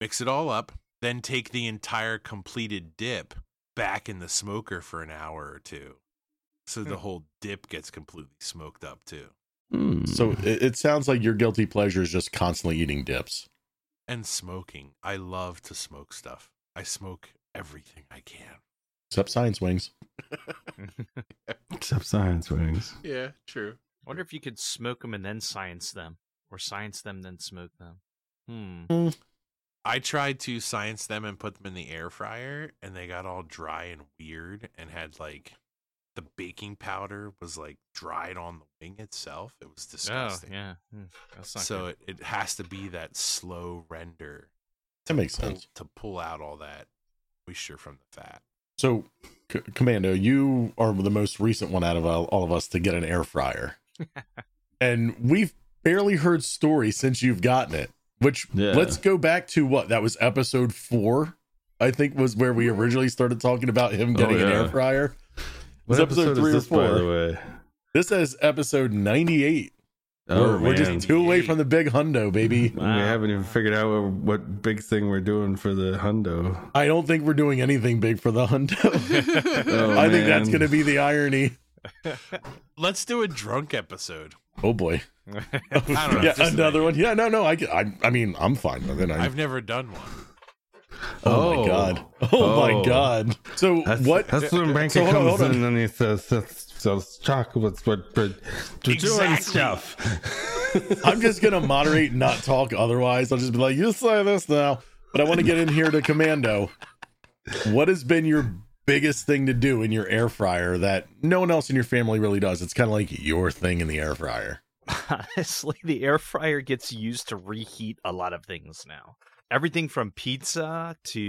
S4: Mix it all up, then take the entire completed dip back in the smoker for an hour or two. So
S3: Hmm.
S4: the whole dip gets completely smoked up too.
S2: Hmm. Mm.
S1: So it, it sounds like your guilty pleasure is just constantly eating dips.
S4: And smoking. I love to smoke stuff. I smoke everything I can.
S1: Except science wings.
S2: Except science wings.
S4: Yeah, true.
S3: wonder if you could smoke them and then science them, or science them then smoke them. Hmm.
S4: I tried to science them and put them in the air fryer, and they got all dry and weird, and had like the baking powder was like dried on the wing itself. It was disgusting.
S3: Oh yeah. Hmm. That's not
S4: So
S3: good.
S4: it, it has to be that slow render
S1: That makes
S4: pull-
S1: sense.
S4: to pull out all that moisture from the fat.
S1: So, C- Commando, you are the most recent one out of all, all of us to get an air fryer. and we've barely heard stories since you've gotten it, which
S2: Yeah.
S1: let's go back to what? That was episode four, I think, was where we originally started talking about him getting an
S2: Oh, yeah.
S1: air fryer.
S2: What
S1: It's episode three or
S2: by
S1: four.
S2: the way?
S1: This is episode 98. we're, we're
S2: Oh, man.
S1: just two away from the big hundo, baby.
S2: We
S3: Wow.
S2: haven't even figured out what, what big thing we're doing for the hundo.
S1: I don't think we're doing anything big for the hundo.
S2: Oh,
S1: I think that's
S2: man.
S1: going to be the irony.
S4: Let's do a drunk episode.
S1: Oh boy.
S4: I don't know.
S1: yeah,
S4: just an
S1: another
S4: idea.
S1: one. Yeah, no, no. I, I, I mean, I'm fine with it. I,
S4: I've never done one.
S1: oh, my
S2: Oh.
S1: god. Oh, my
S2: Oh.
S1: god. So
S2: That's,
S1: what?
S2: That's when Branca
S1: So, hold on,
S2: comes
S1: hold on.
S2: in and he says, "Sells- "Sells chocolates, but but we're doing
S4: Exactly.
S2: stuff."
S1: I'm just gonna moderate, and not talk. Otherwise, I'll just be like, you say this now. But I want to get in here to Commando. What has been your biggest thing to do in your air fryer that no one else in your family really does? It's kind of like your thing in the air fryer.
S3: Honestly, the air fryer gets used to reheat a lot of things now. Everything from pizza to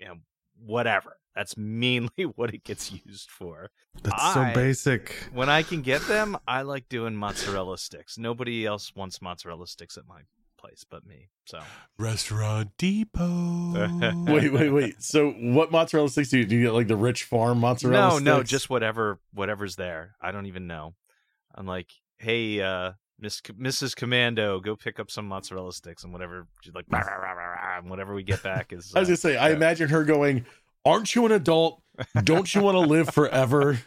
S3: you know, whatever. That's mainly what it gets used for.
S2: That's
S3: I-
S2: so basic.
S3: When I can get them, I like doing mozzarella sticks. Nobody else wants mozzarella sticks at my place but me. So
S4: Restaurant Depot.
S1: Wait, wait, wait. So what mozzarella sticks do you, do you get? Like the Rich Farm mozzarella?
S3: no,
S1: sticks?
S3: no, just whatever, whatever's there. I don't even know. I'm like, hey, uh, Miss C- Mrs. Commando, go pick up some mozzarella sticks and whatever. She's like, "Rah, rah, rah, rah, rah," and whatever we get back is.
S1: I was
S3: uh,
S1: gonna say, I
S3: yeah.
S1: imagine her going, "Aren't you an adult? Don't you want to live forever?"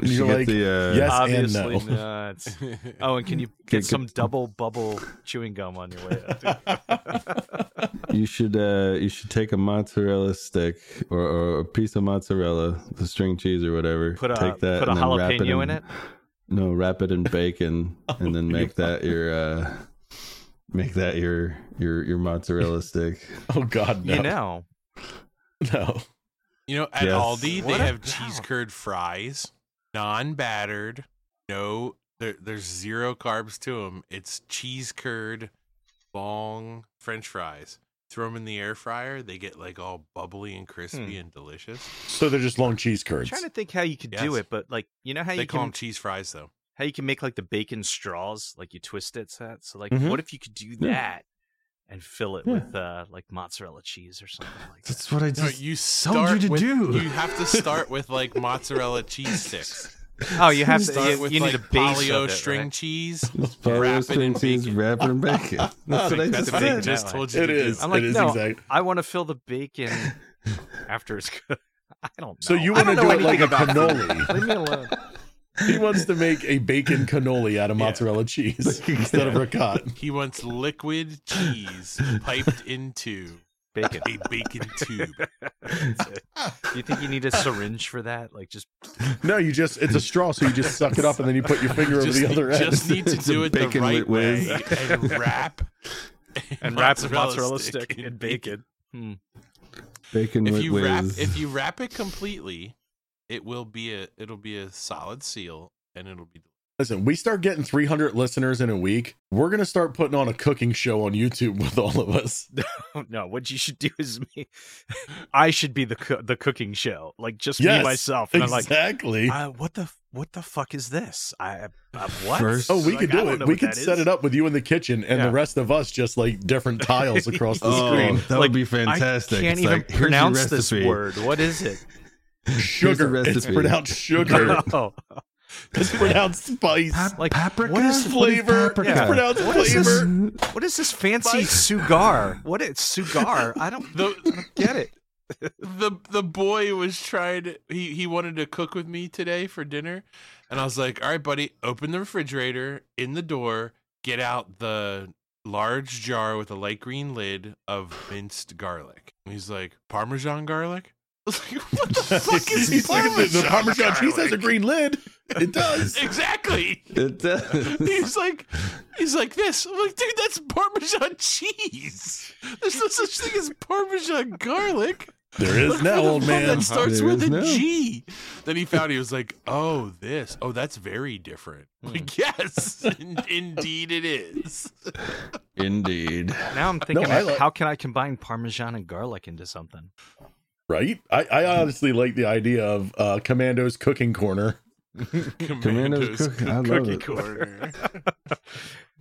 S1: And
S2: You
S1: you're
S2: get
S1: like,
S2: the, uh,
S1: yes and
S3: obviously
S1: no.
S3: not.
S4: Um,
S3: Oh, and can you
S2: Good,
S3: get some
S2: good.
S3: double bubble chewing gum on your way out?
S2: You should uh, you should take a mozzarella stick or, or a piece of mozzarella, the string cheese or whatever.
S3: Put a-
S2: take that
S3: put a
S2: and then wrap
S3: jalapeno in it? Oh
S2: No, wrap it in bacon and then make that your uh, make that your your your mozzarella stick.
S1: Oh God, no,
S3: You know,
S1: no.
S4: You know, at
S2: Yes.
S4: Aldi
S3: What
S4: they
S3: a-
S4: have cheese curd fries, non-battered. No, there, there's zero carbs to them. It's cheese curd, long French fries. Throw them in the air fryer. They get like all bubbly and crispy
S1: Hmm.
S4: and delicious.
S1: So they're just long cheese
S3: I'm
S1: curds.
S3: trying to think how you could do
S4: Yes.
S3: it, but like, you know how
S4: They
S3: you
S4: call
S3: can
S4: them cheese fries though.
S3: how you can make like the bacon straws, like you twist it, so, so like,
S1: Mhm.
S3: what if you could do
S2: Yeah.
S3: that and fill it
S2: Yeah.
S3: with uh, like mozzarella cheese or something like that?
S2: That's what I
S4: No,
S2: just
S4: you
S2: told you
S4: start
S2: to
S4: with,
S2: do.
S4: You have to start with like mozzarella cheese sticks.
S3: Oh, you have to.
S4: Start
S3: You,
S4: with
S3: you need
S4: like
S3: a base
S4: polio
S3: of it,
S4: string
S3: right?
S4: cheese.
S2: Just
S4: wrap
S2: follow
S4: it
S2: string
S4: in
S2: cheese,
S4: bacon.
S2: wrap it in bacon. That's what I
S4: That's
S2: just
S4: what I
S2: said.
S4: just told you.
S1: it
S4: to
S1: is.
S4: Do.
S3: I'm like,
S1: it is
S3: no,
S1: exact.
S3: I want to fill the bacon after it's cooked. I don't know.
S1: So you
S3: I
S1: want
S3: don't
S1: to
S3: know
S1: do it like
S3: anything
S1: a
S3: about food.
S1: cannoli?
S3: Leave me alone.
S1: he wants to make a bacon cannoli out of mozzarella cheese instead of ricotta.
S4: He wants liquid cheese piped into
S3: Bacon.
S4: a bacon tube.
S3: Do you think you need a syringe for that? Like just
S1: No, you just—it's a straw, so you just suck it up and then you put your finger over
S4: just,
S1: the other
S4: you just
S1: end.
S4: need to
S2: It's a
S4: do it the
S2: bacon
S4: right
S2: whiz.
S4: way and wrap
S3: and wrap the mozzarella stick in bacon.
S2: Bacon
S4: If
S2: with
S4: you
S2: whiz.
S4: wrap if you wrap it completely, it will be a it'll be a solid seal and it'll be
S1: Listen, we start getting 300 listeners in a week. We're going to start putting on a cooking show on YouTube with all of us.
S3: "Oh, no, what you should do is me. I should be the coo- the cooking show, like just
S1: Yes,
S3: me myself, and
S1: exactly.
S3: I'm like, uh, what the what the fuck is this? I uh, what?
S2: First-
S1: oh, we
S3: Like,
S1: could
S3: I
S1: do
S3: don't
S1: it.
S3: know
S1: We
S3: what
S1: could
S3: that
S1: set
S3: is.
S1: it up with you in the kitchen and
S3: Yeah.
S1: the rest of us just like different tiles across the
S2: Oh,
S1: screen.
S2: that would be
S3: I
S2: fantastic.
S3: can't
S2: It's
S3: even
S2: like, here's your
S3: pronounce this
S2: recipe.
S3: word. What is it?
S1: Sugar.
S2: Here's the
S1: It's
S2: recipe.
S1: pronounced sugar.
S3: oh,
S1: it's pronounced spice.
S2: Pap-
S3: Like,
S2: paprika?
S3: what is
S1: flavor?
S2: paprika?
S1: It's pronounced
S3: What is this?
S1: flavor.
S3: what is this fancy sugar? What is sugar? I don't
S4: The
S3: get it.
S4: the the boy was trying to he he wanted to cook with me today for dinner, and I was like, "All right, buddy, open the refrigerator in the door, get out the large jar with a light green lid of minced garlic." And he's like, "Parmesan garlic." I was like, "What the fuck is
S1: He's like,
S4: Parmesan,
S1: the, the Parmesan cheese has a
S4: garlic?"
S1: green lid. It does.
S4: Exactly.
S2: It does.
S4: He's like, he's like this. I'm like, dude, that's Parmesan cheese. There's no such thing as Parmesan garlic.
S1: There is
S4: Look
S1: now,
S4: for the
S1: old
S4: one
S1: man.
S4: That starts
S2: There
S4: with
S2: is
S4: a G.
S2: now.
S4: Then he found he was like, oh, this. Oh, that's very different. Like, yes, in- indeed it is.
S2: Indeed.
S3: Now I'm thinking,
S1: I
S3: of
S1: like-
S3: how can I combine Parmesan and garlic into something?
S1: Right? I, I honestly like the idea of uh, Commando's cooking corner.
S2: Commando's cooking. I love
S4: cookie
S2: it.
S4: corner.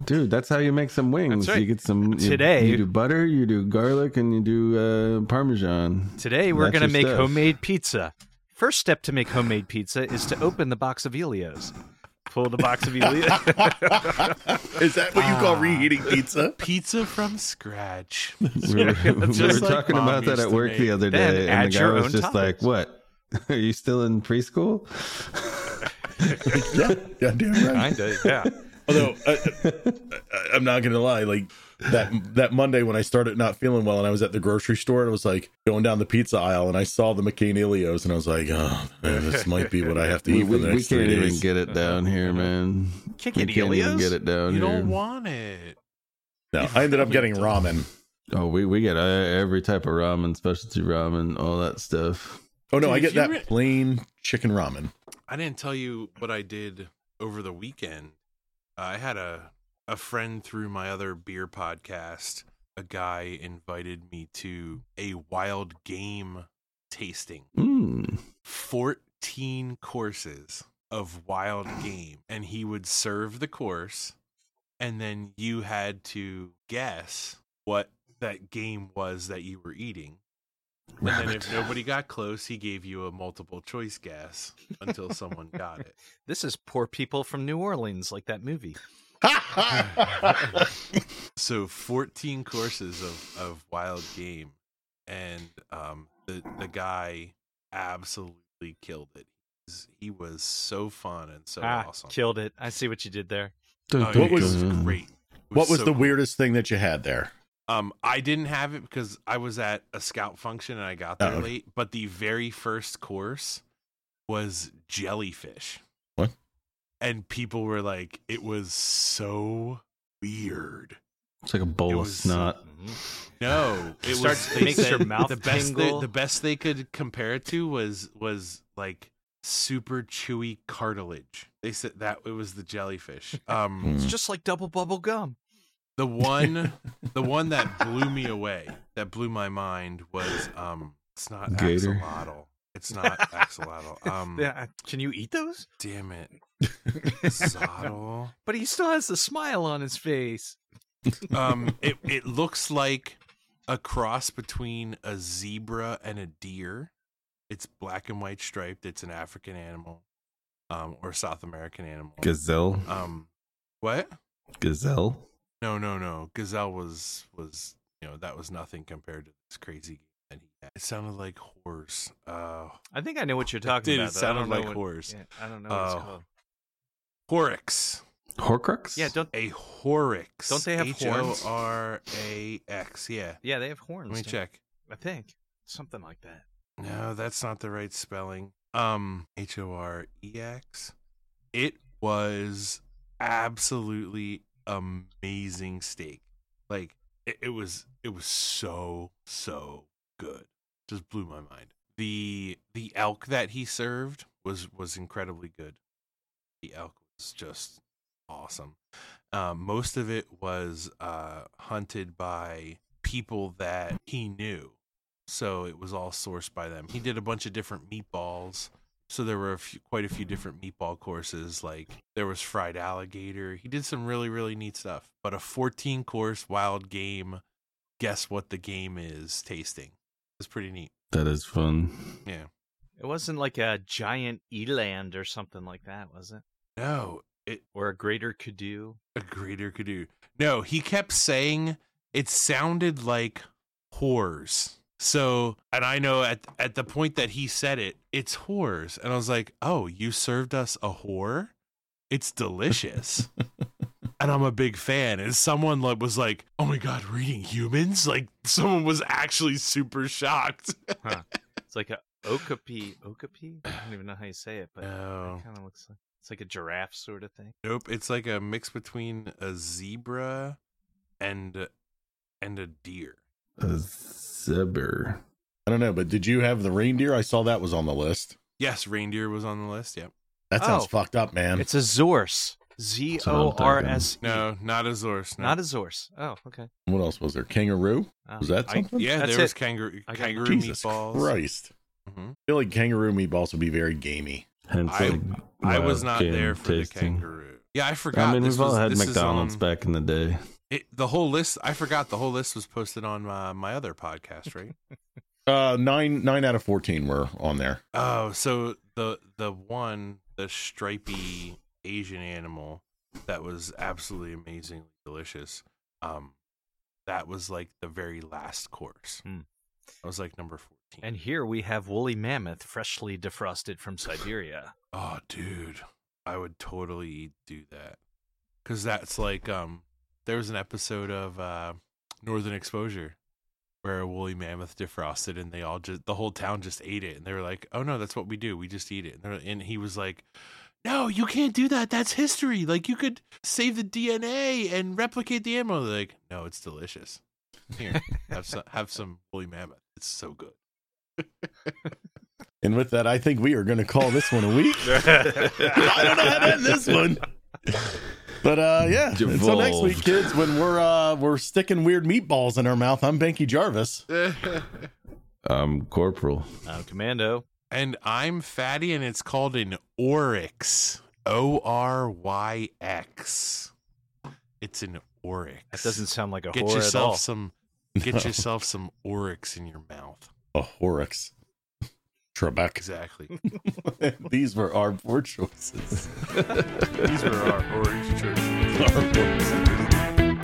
S2: Dude, that's how you make some wings.
S3: That's right.
S2: You get some you-
S3: Today-
S2: You, do butter, you do garlic, and you do uh, parmesan.
S3: Today we're
S2: That's
S3: gonna
S2: your
S3: make
S2: stuff.
S3: homemade pizza. First step to make homemade pizza is to open the box of Elios. Pull the box of Elios.
S1: Is that what you call reheating pizza?
S4: Pizza from scratch.
S2: We were, we were
S4: Just like
S2: talking
S4: Mom
S2: about that
S4: used
S2: at
S4: to
S2: work
S4: make.
S2: the other
S3: Then
S2: day,
S3: add
S2: and the guy
S3: your
S2: was
S3: own
S2: just like,
S3: toppings.
S2: "What? Are you still in preschool?"
S1: yeah, yeah, damn right.
S3: Kinda, yeah.
S1: Although I, I, I'm not gonna lie, like that that Monday when I started not feeling well and I was at the grocery store and I was like going down the pizza aisle and I saw the McCain Elios and I was like, oh, man, this might be what I have to
S2: We,
S1: eat for
S2: we,
S1: the
S2: we
S1: next
S2: can't
S1: three
S2: even
S1: days.
S2: get it down here, man.
S3: Can't
S2: We
S3: get
S2: can't even
S3: Elios?
S2: get it down
S4: You
S2: here.
S4: don't want it.
S1: No, I ended up getting ramen.
S2: oh, we we get uh, every type of ramen, specialty ramen, all that stuff.
S1: Oh no,
S4: Dude,
S1: I
S4: if
S1: get
S4: you
S1: that
S4: re-
S1: plain chicken ramen.
S4: I didn't tell you what I did over the weekend. I had a a friend through my other beer podcast. A guy invited me to a wild game tasting.
S2: Mm.
S4: 14 courses of wild game and he would serve the course and then you had to guess what that game was that you were eating and then
S2: Rabbit.
S4: if nobody got close he gave you a multiple choice guess until someone got it
S3: This is poor people from New Orleans, like that movie.
S4: so 14 courses of, of wild game and um the the guy absolutely killed it He's- he was so fun and so
S3: ah,
S4: awesome
S3: killed it. I see what you did there.
S4: Oh,
S1: What
S4: it
S1: was-
S4: great? It
S1: what was
S4: so
S1: the
S4: cool.
S1: weirdest thing that you had there?
S4: Um, I didn't have it because I was at a scout function and I got there
S1: Oh, okay.
S4: late. But the very first course was jellyfish.
S1: What?
S4: And people were like, "It was so weird."
S2: It's like a
S4: It
S2: bowl of
S4: was-
S2: snot.
S3: Mm-hmm.
S4: No, it
S3: Starts-
S4: was. They
S3: makes your
S4: said
S3: mouth
S4: the best. They,
S3: tingle.
S4: the best they could compare it to was was like super chewy cartilage. They said that it was the jellyfish.
S1: Hmm.
S4: Um.
S2: Hmm.
S3: It's just like double bubble gum.
S4: The one, the one that blew me away, that blew my mind was um, it's not
S2: Gator.
S4: axolotl. It's not axolotl. Um,
S3: Yeah, can you eat those?
S4: damn it, Zottle.
S3: But he still has the smile on his face.
S4: Um, it it looks like a cross between a zebra and a deer. It's black and white striped. It's an African animal, um, or South American animal.
S2: Gazelle,
S4: Um, what?
S2: gazelle.
S4: No, no, no. Gazelle was was you know that was nothing compared to this crazy game that he had. It sounded like horse. Uh,
S3: I think I know what you're talking
S4: did.
S3: about.
S4: It
S3: though. I don't
S4: sounded
S3: know
S4: like
S3: what-
S4: horse.
S3: Yeah, I don't know what
S4: Oh.
S3: it's called.
S4: Horix.
S2: Horcrux.
S3: Yeah, don't.
S4: A horix.
S3: Don't they have horns?
S4: H O R A X. Yeah.
S3: Yeah, they have horns.
S4: Let me
S3: don't-
S4: check.
S3: I think something like that.
S4: No, that's not the right spelling. Um, H O R E X. It was absolutely amazing steak. Like it, it was, it was so so good. Just blew my mind. The the elk that he served was was incredibly good. The elk was just awesome. Um, most of it was uh, hunted by people that he knew, so it was all sourced by them. He did a bunch of different meatballs, so there were a few, quite a few different meatball courses. Like there was fried alligator. He did some really really neat stuff. But a 14 course wild game, guess what the game is tasting. It's pretty neat.
S2: That is fun.
S4: Yeah.
S3: It wasn't like a giant eland or something like that, was it?
S4: No,
S3: Or a greater kudu?
S4: a greater could do. No, he kept saying it sounded like whores. So, and I know at at the point that he said it, it's whores, and I was like, "Oh, you served us a whore? It's delicious." and I'm a big fan. And someone like was like, "Oh my god, we're eating humans!" Like someone was actually super shocked.
S3: It's like a okapi. Okapi? I don't even know how you say it, but
S4: No.
S3: it kind of looks like it's like a giraffe sort of thing.
S4: Nope, it's like a mix between a zebra and and a deer.
S2: A zebra.
S1: I don't know, but did you have the reindeer? I saw that was on the list.
S4: Yes, reindeer was on the list. Yep.
S1: That sounds
S3: Oh.
S1: fucked up, man.
S3: It's a zorse. Z O R S. E.
S4: No, not a Zorse. No.
S3: Not a zorse. Oh, okay.
S1: what else was there? Kangaroo?
S3: Oh,
S1: Was that
S3: I-
S1: something?
S4: Yeah,
S3: That's
S4: there was
S3: it.
S4: kangaroo
S3: I got
S4: kangaroo
S1: Jesus
S4: meatballs.
S1: Christ.
S4: hmm
S1: I feel like kangaroo meatballs would be very gamey.
S2: Hence,
S4: I-
S2: like,
S4: I
S2: wild
S4: was not
S2: game
S4: there for
S2: tasting.
S4: the kangaroo. Yeah, I forgot.
S2: I mean,
S4: this
S2: we've all
S4: was-
S2: had
S4: this is um,
S2: McDonald's
S4: on-
S2: back in the day.
S4: It, the whole list. I forgot the whole list was posted on my, my other podcast, right?
S1: Uh, nine nine out of fourteen were on there.
S4: oh, so the the one the stripy Asian animal that was absolutely amazingly delicious. Um, that was like the very last course.
S3: Hmm.
S4: That was like number fourteen.
S3: And here we have woolly mammoth, freshly defrosted from Siberia.
S4: Oh, dude, I would totally do that because that's like um, there was an episode of uh, Northern Exposure where a woolly mammoth defrosted, and they all just the whole town just ate it, and they were like, "Oh no, that's what we do. We just eat it." And, they're- and he was like, "No, you can't do that. That's history. Like you could save the DNA and replicate the animal." They're like, "No, it's delicious. Here, have some have some woolly mammoth. It's so good."
S1: And with that, I think we are going to call this one a week. I don't know how to end this one. But uh, yeah, until next week,
S2: Devolved.
S1: kids. When we're uh, we're sticking weird meatballs in our mouth, I'm Banky Jarvis.
S2: Um, Corporal.
S3: Uh, commando.
S4: And I'm fatty, and it's called an oryx. O R Y X. It's an oryx.
S3: That doesn't sound like a
S4: get
S3: whore at
S4: yourself
S3: all.
S4: some. Get yourself some oryx in your mouth.
S1: A horrocks. Trebek.
S4: Exactly.
S1: These were our four choices.
S4: These were our oryx choices.
S1: Our four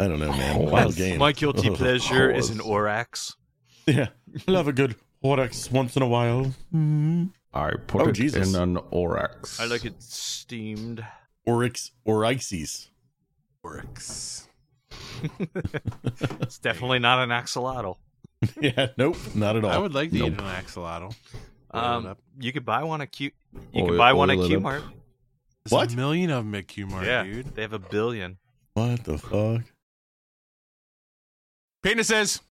S1: I don't know, man. Wild game.
S3: My guilty
S1: Ugh.
S3: pleasure is an orax.
S1: Yeah, I love a good Horrocks once in a while. Mm.
S2: I put
S1: Oh,
S2: it
S1: Jesus.
S2: in an orax.
S3: I like it steamed.
S1: Oryx, Oryxes.
S4: Oryx.
S3: It's definitely not an axolotl.
S1: Yeah, nope, not at all.
S4: I would like to eat
S2: Nope.
S4: an axolotl. Oil it
S3: Um,
S4: up.
S3: you could buy one at Q. You
S2: Oil-
S3: could buy one at
S2: oil it up.
S3: Q Mart.
S4: There's
S1: What?
S4: a million of them at Q-Mart,
S3: Yeah,
S4: dude.
S3: they have a billion.
S1: what the fuck?
S4: Penises.